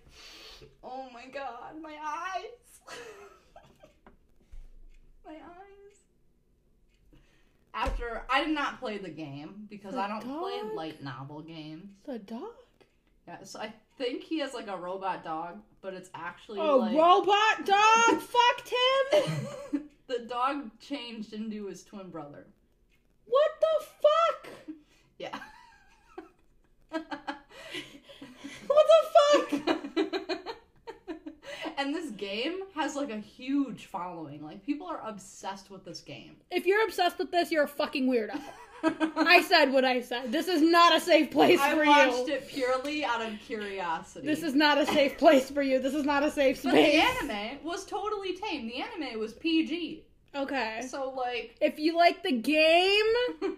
oh my god, my eyes. my eyes. After, I did not play the game because I don't play
Dog?
light novel games.
The dog.
Yeah, so I think he has like a robot dog, but it's actually
Oh,
like.
robot dog fucked him.
the dog changed into his twin brother.
What the fuck?
Yeah.
What the fuck?
and this game has like a huge following. Like people are obsessed with this game.
If you're obsessed with this, you're a fucking weirdo. I said what I said. This is not a safe place
I
for
watched
you.
it purely out of curiosity.
This is not a safe place for you. This is not a safe
but the
space.
anime was totally tame. The anime was PG.
Okay.
So like
If you like the game,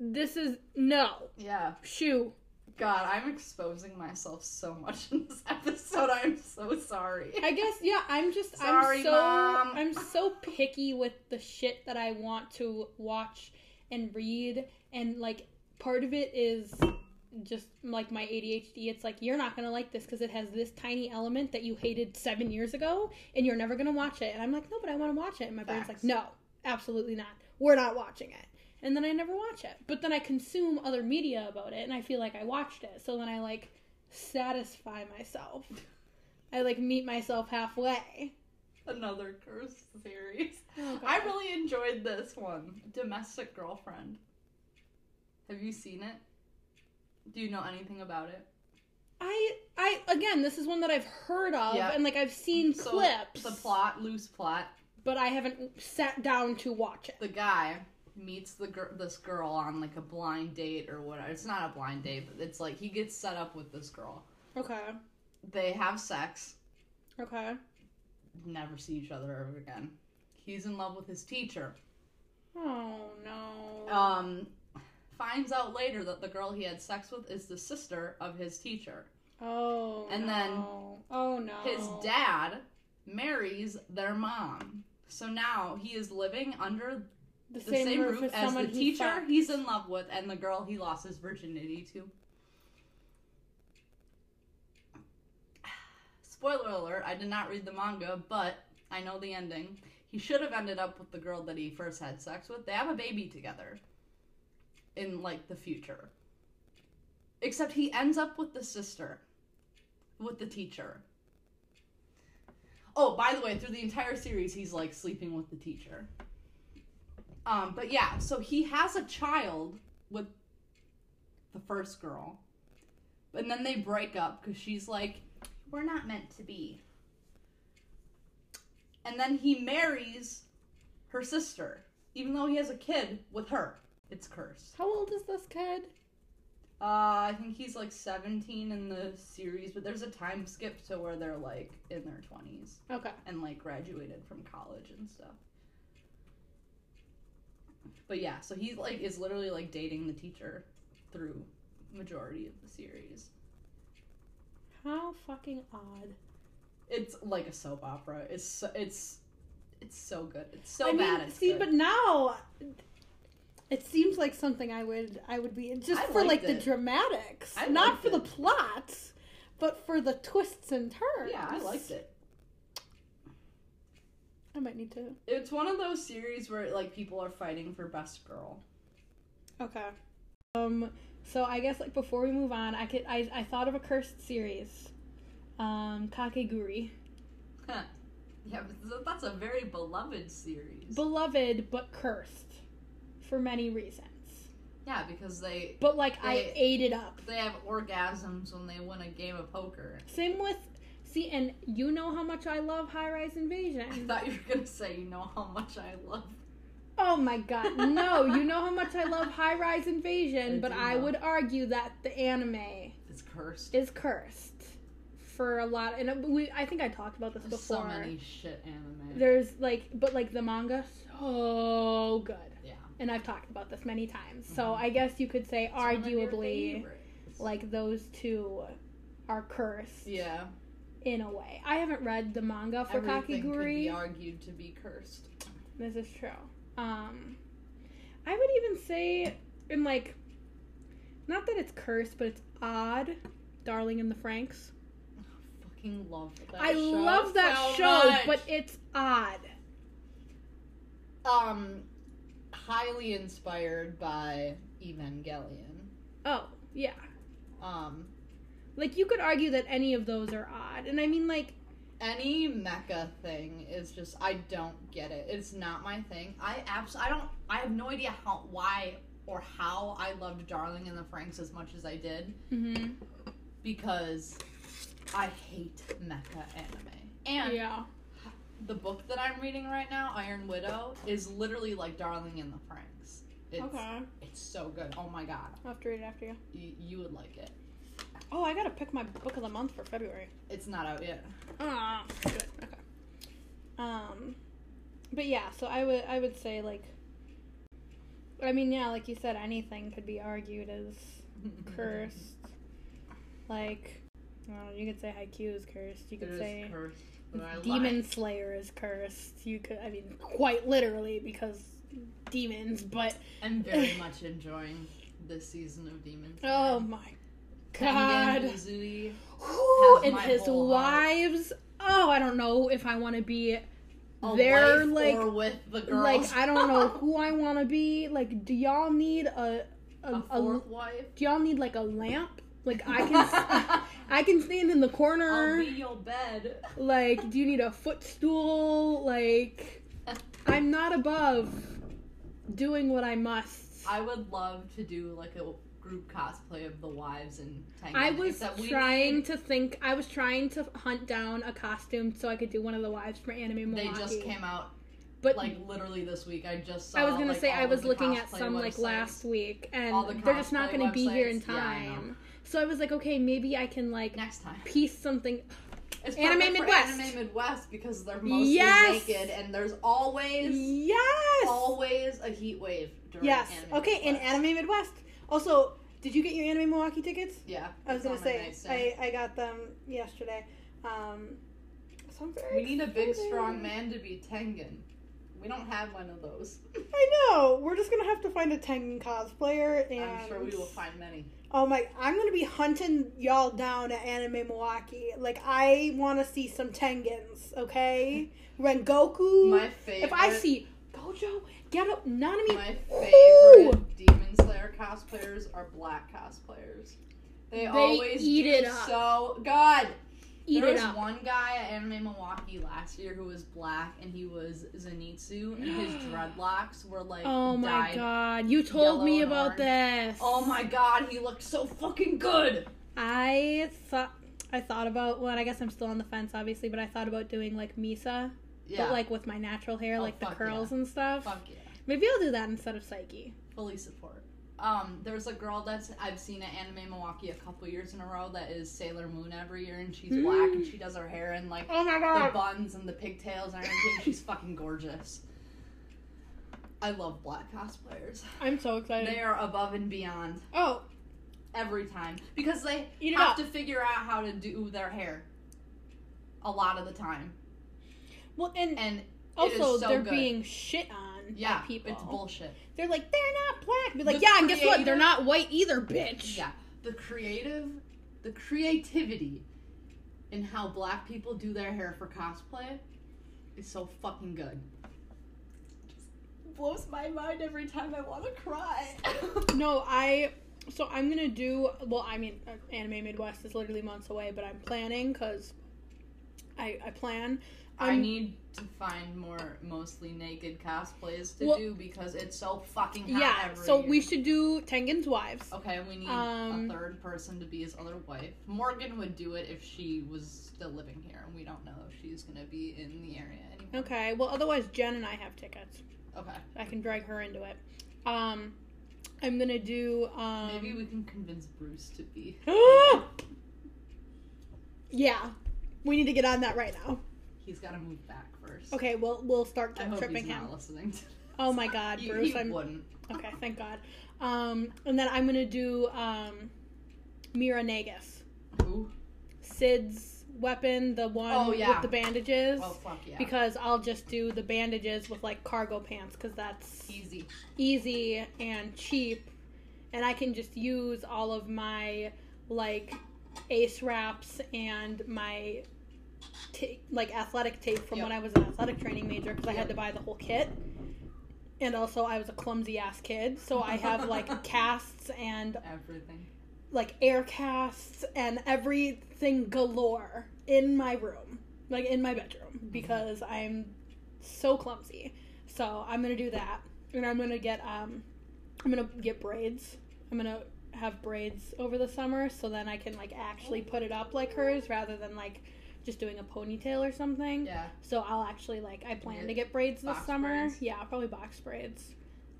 this is no.
yeah.
Shoo.
God, I'm exposing myself so much in this episode. I'm so sorry.
I guess yeah, I'm just
Sorry,
I'm so
Mom.
I'm so picky with the shit that I want to watch and read and like part of it is just like my ADHD. It's like you're not going to like this cuz it has this tiny element that you hated 7 years ago and you're never going to watch it. And I'm like, "No, but I want to watch it." And my brain's like,
Facts.
"No, absolutely not. We're not watching it." And then I never watch it. But then I consume other media about it and I feel like I watched it. So then I like satisfy myself. I like meet myself halfway.
Another cursed series.
Oh,
I really enjoyed this one. Domestic Girlfriend. Have you seen it? Do you know anything about it?
I I again, this is one that I've heard of
Yeah.
and like I've seen
So,
clips,
The plot, loose plot.
but I haven't sat down to watch it.
The guy meets the gir- this girl on like a blind date or whatever. It's not a blind date, but it's like he gets set up with this girl.
Okay.
They have sex,
Okay.
never see each other ever again. He's in love with his teacher.
Oh no.
Um finds out later that the girl he had sex with is the sister of his teacher.
oh.
and
no.
then
Oh no.
His dad marries their mom. So now he is living under
The
the same, roof,
as,
as the
someone he
teacher
fucked.
he's in love with and the girl he lost his virginity to. Spoiler alert, I did not read the manga, but I know the ending. He should have ended up with the girl that he first had sex with. They have a baby together in like the future. Except he ends up with the sister, with the teacher. Oh, by the way, through the entire series, he's like sleeping with the teacher. Um, but yeah, so he has a child with the first girl, and then they break up because she's like, "We're not meant to be." And then he marries her sister, even though he has a kid with her. It's cursed.
How old is this kid?
Uh, I think he's like 17 in the series, but there's a time skip to where they're like in their 20s
Okay.
and like graduated from college and stuff. But yeah, so he like is literally like dating the teacher through majority of the series.
How fucking odd.
It's like a soap opera. It's so, it's it's so good. It's so
I mean,
bad. It's
see,
good.
but now it seems like something I would I would be just
I
for like
liked
the
it.
dramatics,
I
not
liked
for the
it.
plots, but for the twists and turns.
yeah, I liked it.
I might need to.
It's one of those series where like people are fighting for best girl.
Okay. Um. So I guess like before we move on, I could I I thought of a cursed series, um, Kakeguri,
Yeah, but th- that's a very beloved series.
beloved but cursed, for many reasons.
yeah, because they
But like I
They-
ate it up.
they have orgasms when they win a game of poker.
Same with. See, and you know how much I love High Rise Invasion.
I thought you were gonna say, you know how much I love.
Oh my god, no. you know how much I love High Rise Invasion,
I
but
do
I
know.
would argue that the anime
It's cursed.
is cursed for a lot, and we I think I talked about this
There's
before.
so many shit anime.
There's like, but like the manga, so good,
yeah.
and I've talked about this many times. So I guess you could say,
Mm-hmm. It's one of your
arguably,
favorites.
like those two are cursed
yeah,
in a way. I haven't read the manga for
everything could be
Kakiguri.
argued to be cursed.
This is true. Um, I would even say, in like, not that it's cursed, but it's odd. Darling in the Franks.
Fucking love that.
I
show
love that
so
show,
much.
but it's odd.
um, highly inspired by Evangelion.
Oh, yeah.
Um,
Like you could argue that any of those are odd. And I mean like
any mecha thing is just I don't get it. It's not my thing. I abs I don't I have no idea how why or how I loved Darling in the Franks as much as I did
Mm-hmm.
because I hate mecha anime. And
yeah.
the book that I'm reading right now, Iron Widow, is literally like Darling in the Franks. It's
Okay.
it's so good. Oh my god.
I'll have to read it after you.
You, you would like it.
Oh, I gotta pick my book of the month for February.
It's not out yet.
Ah, good. Okay. Um but yeah, so I would I would say like I mean yeah, like you said, anything could be argued as cursed. Like I don't know, you could say Haikyuu is cursed. You
It
could
is
say
cursed, but I
Demon
lied.
Slayer is cursed. You could, I mean, quite literally because demons, but
I'm very much enjoying this season of Demon Slayer.
oh my
Tengen
god.
Uzui.
Who
Have
and
my
his
whole heart.
wives. Oh, I don't know if I want to be
A
They're,
wife
like-
or with the girls.
like I don't know who I want to be. Like do y'all need a a,
a
a-
fourth wife.
do y'all need like a lamp? Like I can I can stand in the
I'll
corner.
be your bed.
Like do you need a footstool? Like I'm not above doing what I must.
I would love to do like a group cosplay of the wives and Tengen.
I was
except we
trying
need-
to think. I was trying to hunt down a costume so I could do one of the wives for Anime Milwaukee.
They just came out
but
like literally this week. I just saw.
I was gonna
like,
say
all
I
of
was
the
looking at
cosplay
some like
websites.
last week, and
All the
they're just not
cosplay
gonna be here in
websites. Yeah, I
time.
know.
so I was like, okay, maybe I can like
Next time,
piece something.
it's
Anime
perfect for
Midwest.
Anime Midwest because they're mostly
Yes!
naked and there's always
Yes.
always a heat wave during
yes.
Anime
Okay, in
Midwest.
Anime Midwest. Also, did you get your Anime Milwaukee tickets?
Yeah.
I was
it's
gonna
on my
say
nightstand.
I, I got them yesterday. Um, so I'm very
We need a big,
excited.
strong man to be Tengen. We don't have one of those.
I know. We're just gonna have to find a Tengen cosplayer, and
I'm sure we will find many.
Oh my! I'm gonna be hunting y'all down at Anime Milwaukee. Like I want to see some Tengens, okay? Rengoku.
My favorite.
if I see Gojo, get up, Nanami.
my
Ooh!
favorite Demon Slayer cosplayers are black cosplayers. They, always
eat
do
it up.
so god.
eat
there
it
was
up.
one guy at Anime Milwaukee last year who was black and he was Zenitsu and his dreadlocks were like
oh my
dyed.
god! You told
yellow
me
and
about this.
Oh my god, he looked so fucking good.
I thought I thought about. Well, I guess I'm still on the fence, obviously, but I thought about doing like Misa,
Yeah.
but like with my natural hair,
Oh,
like the
fuck
curls and stuff.
fuck yeah.
Maybe I'll do that instead of Psyche.
fully support. Um, there's a girl that's I've seen at Anime Milwaukee a couple years in a row that is Sailor Moon every year, and she's black and she does her hair in like
Oh my
the
god!
buns and the pigtails and everything. She's fucking gorgeous. I love black cosplayers.
I'm so excited.
They are above and beyond
oh,
every time because they
Eat it
have
up.
to figure out how to do their hair a lot of the time,
well, and
and
Also,
is so
they're
good.
being shit on
yeah,
by people.
it's bullshit.
they're like, they're not black. Be like,
The
yeah, and guess what? They're
creator-
not white either, bitch.
Yeah, the creative, the creativity in how black people do their hair for cosplay is so fucking good. Just blows my mind every time I want to cry.
No, I. So I'm gonna do. Well, I mean, uh, Anime Midwest is literally months away, but I'm planning because I, I plan. I'm,
I need to find more mostly naked cosplays to
Well-
do because it's so fucking hot
Yeah,
every
so
year.
we should do Tengen's Wives.
Okay, we need
Um,
a third person to be his other wife. Morgan would do it if she was still living here, and we don't know if she's gonna be in the area anymore.
Okay, well, otherwise, Jen and I have tickets.
Okay.
I can drag her into it. Um, I'm gonna do. Um,
Maybe we can convince Bruce to be.
Yeah. We need to get on that right now.
He's got to move back first.
Okay, we'll we'll start
I hope
tripping
he's
him.
not listening. To
Oh my god,
you,
Bruce,
you
I'm
wouldn't.
okay, thank God. Um and then I'm gonna do um Mira Negus.
Who?
Sid's weapon, the one
Oh, yeah.
with the bandages.
Oh fuck yeah.
Because I'll just do the bandages with like cargo pants because that's
Easy.
easy and cheap, and I can just use all of my like ace wraps and my ta like athletic tape from when I was an athletic training major because I had to buy the whole kit. And also, I was a clumsy ass kid, so I have like casts and
Everything.
like air casts and everything galore in my room, like in my
Mm-hmm.
bedroom, because I'm so clumsy. So I'm gonna do that, and I'm gonna get um, I'm gonna get braids. I'm gonna have braids over the summer, so then I can like actually put it up like hers rather than like just doing a ponytail or something.
Yeah.
So I'll actually like I plan
Yeah,
to get braids this
box
summer.
braids.
Yeah, probably box braids.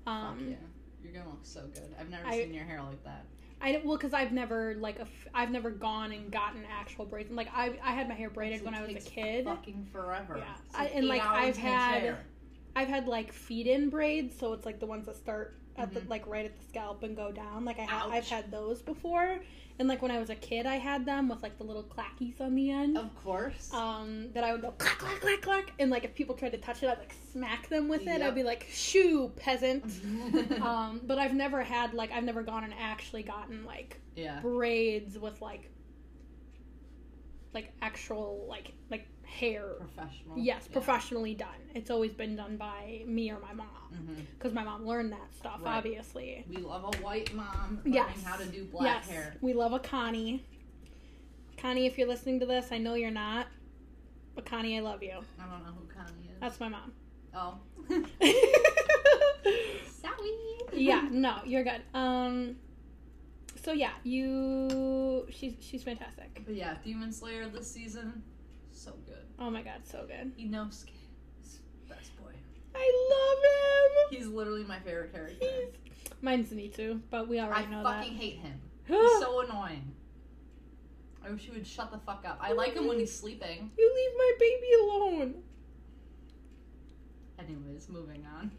Fuck
Um,
yeah. You're gonna look so good. I've never
I-
seen your hair like that.
I don't- well, cause I've never like a f- I've never gone and gotten actual braids. And, like I I had my hair braided
It
when I was a
takes
kid.
Fucking forever.
Yeah.
It's
I- and,
eight
like,
hours
I've
in a
had-
chair.
I've had like feed in braids, so it's like the ones that start at the
Mhm.
like right at the scalp and go down. Like I ha- I've
Ouch.
had those before, and like when I was a kid, I had them with like the little clackies on the end.
Of course.
Um, that I would go clack clack clack clack, and like if people tried to touch it, I'd like smack them with it.
Yep.
I'd be like, "Shoo, peasant." um, but I've never had like I've never gone and actually gotten like
yeah.
braids with like like actual like like hair
Professional.
yes
Yeah.
professionally done it's always been done by me or my mom
Mhm.
because my mom learned that stuff
Right.
obviously
We love a white mom learning
Yes.
how to do black
yes
hair.
we love a connie connie if you're listening to this i know you're not but connie i love you
I don't know who Connie is.
that's my mom
oh. Sorry.
yeah no you're good um so yeah you she's she's fantastic
But yeah, Demon Slayer this season, so good.
oh my god so good
Inosuke is best boy.
i love him
He's literally my favorite character.
He's mine's Nitu, but we
I
already know
fucking hate him. He's
that.
so annoying. I wish he would shut the fuck
Oh
up. I like him when he's sleeping.
you leave my baby alone.
Anyways, moving on.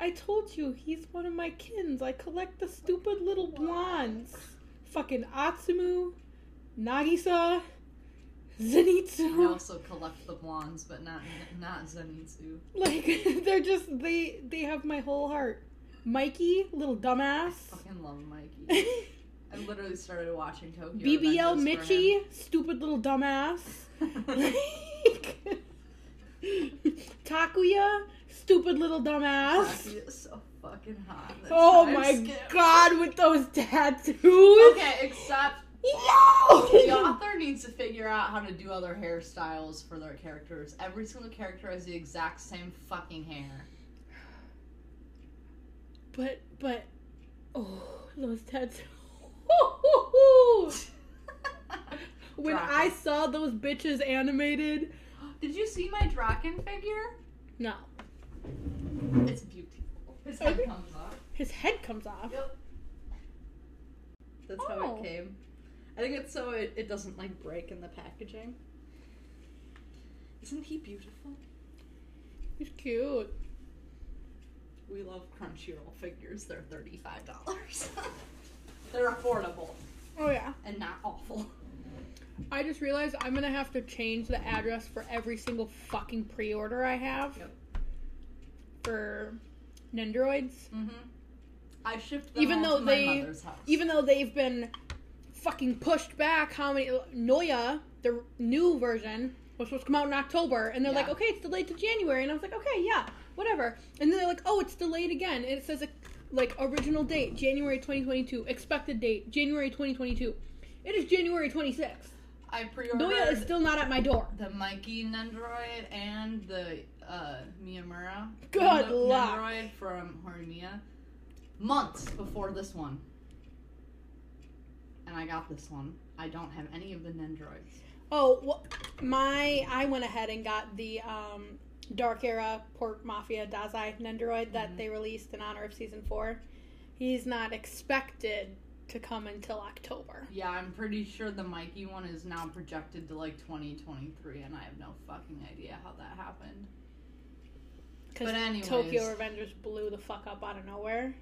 I told you he's one of my kins. I collect the stupid little blondes. Fucking Atsumu, Nagisa,
I
Zenitsu.
also collect the blondes, but not not Zenitsu.
Like they're just they they have my whole heart. Mikey, little dumbass.
Fucking love Mikey. I literally started watching Tokyo.
BBL
Avengers for him.
Mitchie, stupid little dumbass. like Takuya, stupid little dumbass.
Rocky is so fucking hot. That
Oh
time
my
skip.
god, with those tattoos.
Okay, except the
Yo!
author needs to figure out how to do other hairstyles for their characters. Every single character has the exact same fucking hair.
But but oh, those tattoos. when
Draken.
I saw those bitches animated,
Did you see my Draken figure?
no,
It's beautiful. His head
Okay.
comes off.
his head comes off.
Yep. That's how
Oh.
it came. I think it's so it, it doesn't like break in the packaging. Isn't he beautiful?
He's cute.
We love Crunchyroll figures. They're thirty-five dollars. They're affordable
Oh yeah.
and not awful.
I just realized I'm gonna have to change the address for every single fucking pre-order I have.
Yep.
For Nendoroids.
Mm-hmm. I shipped them
Even
all
though
to
they-
my mother's house.
Even though they've been fucking pushed back, how many Noya, the new version, was supposed to come out in October, and they're like,
Yeah.
okay, it's delayed to January, and I was like, okay, yeah, whatever. And then they're like, oh, it's delayed again, and it says like original date January 2022, expected date January 2022. It is January 26th.
I pre-ordered
Noya is still not at my door.
the Mikey Nendoroid and the uh, Miyamura
Good
Nendo-
luck.
Nendoroid from Horimiya months before this one. And I got this one. I don't have any of the Nendoroids.
Oh, well, my I went ahead and got the um, Dark Era Pork Mafia Dazai Nendoroid that
Mhm.
they released in honor of season four. He's not expected to come until October.
Yeah, I'm pretty sure the Mikey one is now projected to like 2023, and I have no fucking idea how that happened.
Because
But anyways.
Tokyo Revengers blew the fuck up out of nowhere.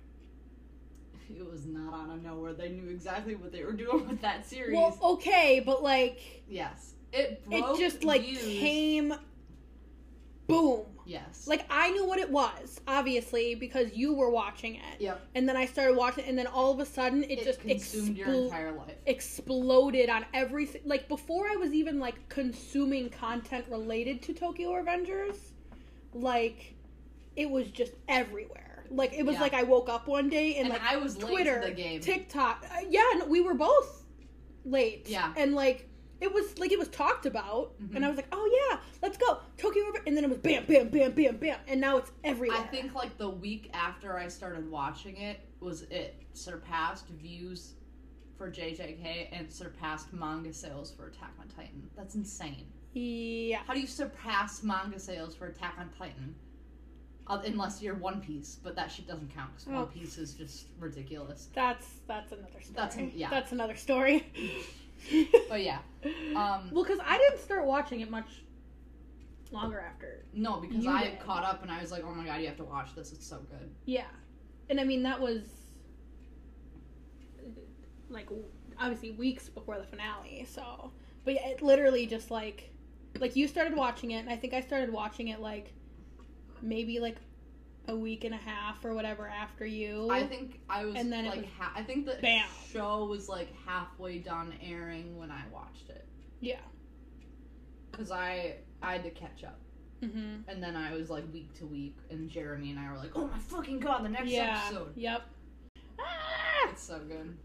It was not out of nowhere. They knew exactly what they were doing with that series.
Well, okay, but like
yes, it
it
broke
just like
views.
came boom.
Yes.
Like I knew what it was, obviously, because you were watching it.
Yep.
And then I started watching and then all of a sudden it,
It,
just
consumed your
explo-
entire life.
exploded on everything. Like before I was even like consuming content related to Tokyo Revengers, like it was just everywhere. Like it was
Yeah.
like I woke up one day and,
and
like
I was late
Twitter,
to the game.
TikTok. Uh, yeah, and we were both late.
Yeah.
And like it was like it was talked about
Mhm.
and I was like, "Oh yeah, let's go. Tokyo Reven-" and then it was bam bam bam bam bam and now it's everywhere.
I think like the week after I started watching it was it surpassed views for JJK and surpassed manga sales for Attack on Titan. That's insane.
yeah.
How do you surpass manga sales for Attack on Titan? Uh, unless you're One Piece, but that shit doesn't count because
Oh.
One Piece is just ridiculous.
That's that's another story.
That's an- yeah.
That's another story.
But yeah, um,
Well, because I didn't start watching it much longer after.
no, because
You
I
did.
caught up and I was like, oh my god, you have to watch this. It's so good.
Yeah. And I mean, that was like obviously weeks before the finale, so. But yeah, it literally just like. Like you started watching it, and I think I started watching it like maybe like a week and a half or whatever after you.
I think I was
And then it
like,
was
ha- I think the
bam.
show was like halfway done airing when I watched it.
Yeah.
because I I had to catch up,
Mm-hmm.
and then I was like week to week, and Jeremy and I were like, "Oh my fucking god, the next
yeah.
episode!"
Yep.
It's so good.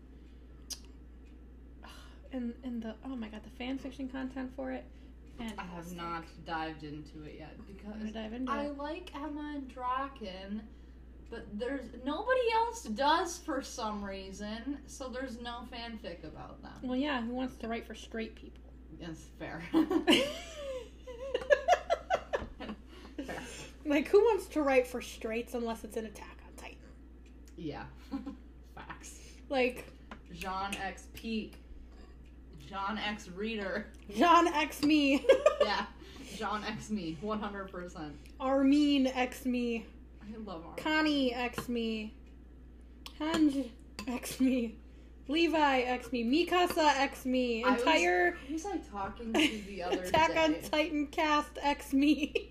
And and the oh my god, the fan fiction content for it. And
I have not dived into it yet
I'm gonna
because
dive into
I
it.
like Emma Draken, but there's nobody else does for some reason, so there's no fanfic about them.
Well, yeah, who wants to write for straight people?
That's fair. fair.
Like, who wants to write for straights unless it's an Attack on Titan?
Yeah. Facts.
Like,
John X Peak. John X Reader.
John X me,
yeah, John X me, one hundred percent.
Armin X me,
I love Armin.
Connie X me, Hanj X me, Levi X me, Mikasa X me,
I was-
entire
Who's I talking to the other
Attack
day?
on Titan cast X me.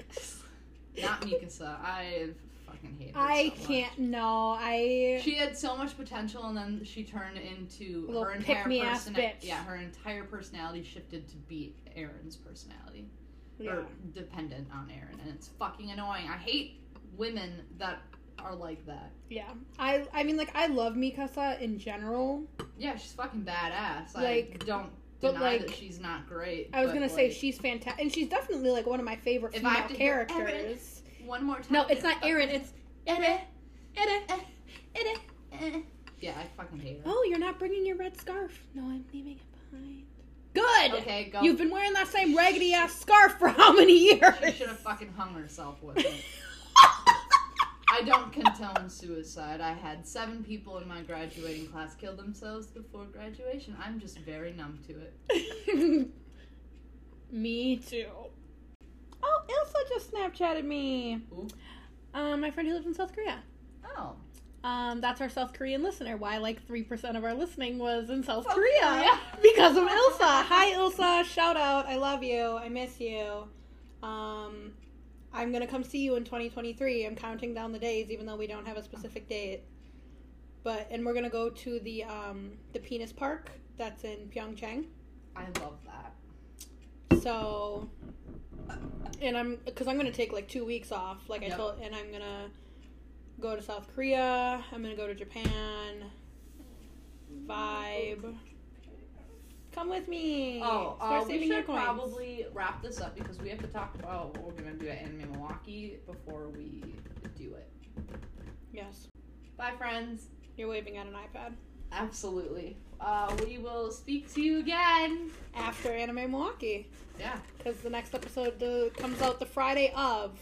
Not Mikasa. I fucking hate. Her
I
so much.
can't. No, I.
She had so much potential, and then she turned into
Little
her entire
pick-me-ass
persona-
bitch.
Yeah, her entire personality shifted to be Aaron's personality,
yeah.
or dependent on Aaron, and it's fucking annoying. I hate women that are like that.
yeah. I. I mean, like, I love Mikasa in general.
Yeah, she's fucking badass. I
Like,
don't
but
deny that
like-
she's not great.
I was
but,
gonna say
like,
she's fantastic, and she's definitely like one of my favorite
If
female
I have to hear
characters.
one more time.
No, it's not Erin. It's Ere. Ere. Ere.
Yeah, I fucking hate her.
Oh, you're not bringing your red scarf. No, I'm leaving it behind. Good.
Okay, go.
You've been wearing that same raggedy ass scarf for how many years?
She should have fucking hung herself with it. I don't condone suicide. I had seven people in my graduating class kill themselves before graduation. I'm just very numb to it.
me too. Oh, Ilsa just Snapchatted me.
Who?
Um, my friend who lives in South Korea.
Oh.
Um, that's our South Korean listener. Why like three percent of our listening was in South,
South
Korea,
Korea.
because of Ilsa. Hi Ilsa, shout out. I love you. I miss you. Um, I'm gonna come see you in 2023. I'm counting down the days, even though we don't have a specific date. But and we're gonna go to the um the penis park that's in Pyeongchang.
I love that.
So, and I'm because I'm gonna take like two weeks off, like I
Yep.
told, and I'm gonna go to South Korea. I'm gonna go to Japan. Vibe. Come with me.
Oh,
Start
uh, we
saving your
should
coins.
probably wrap this up because we have to talk about what we're gonna do at Anime Milwaukee before we do it.
Yes,
Bye, friends.
you're waving at an iPad
Absolutely. Uh, we will speak to you again.
after Anime Milwaukee
Yeah.
because the next episode uh, comes out the Friday of.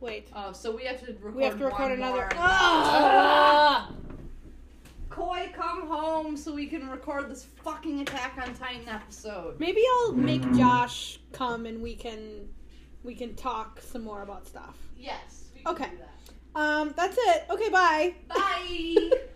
Wait,
Uh, so we have to record.
Ah! we have to record
one
another.
More.
Ah!
Koi, come home so we can record this fucking Attack on Titan episode.
Maybe I'll make Josh come and we can we can talk some more about stuff.
Yes. We
Okay. Um, that's it. Okay, bye.
Bye.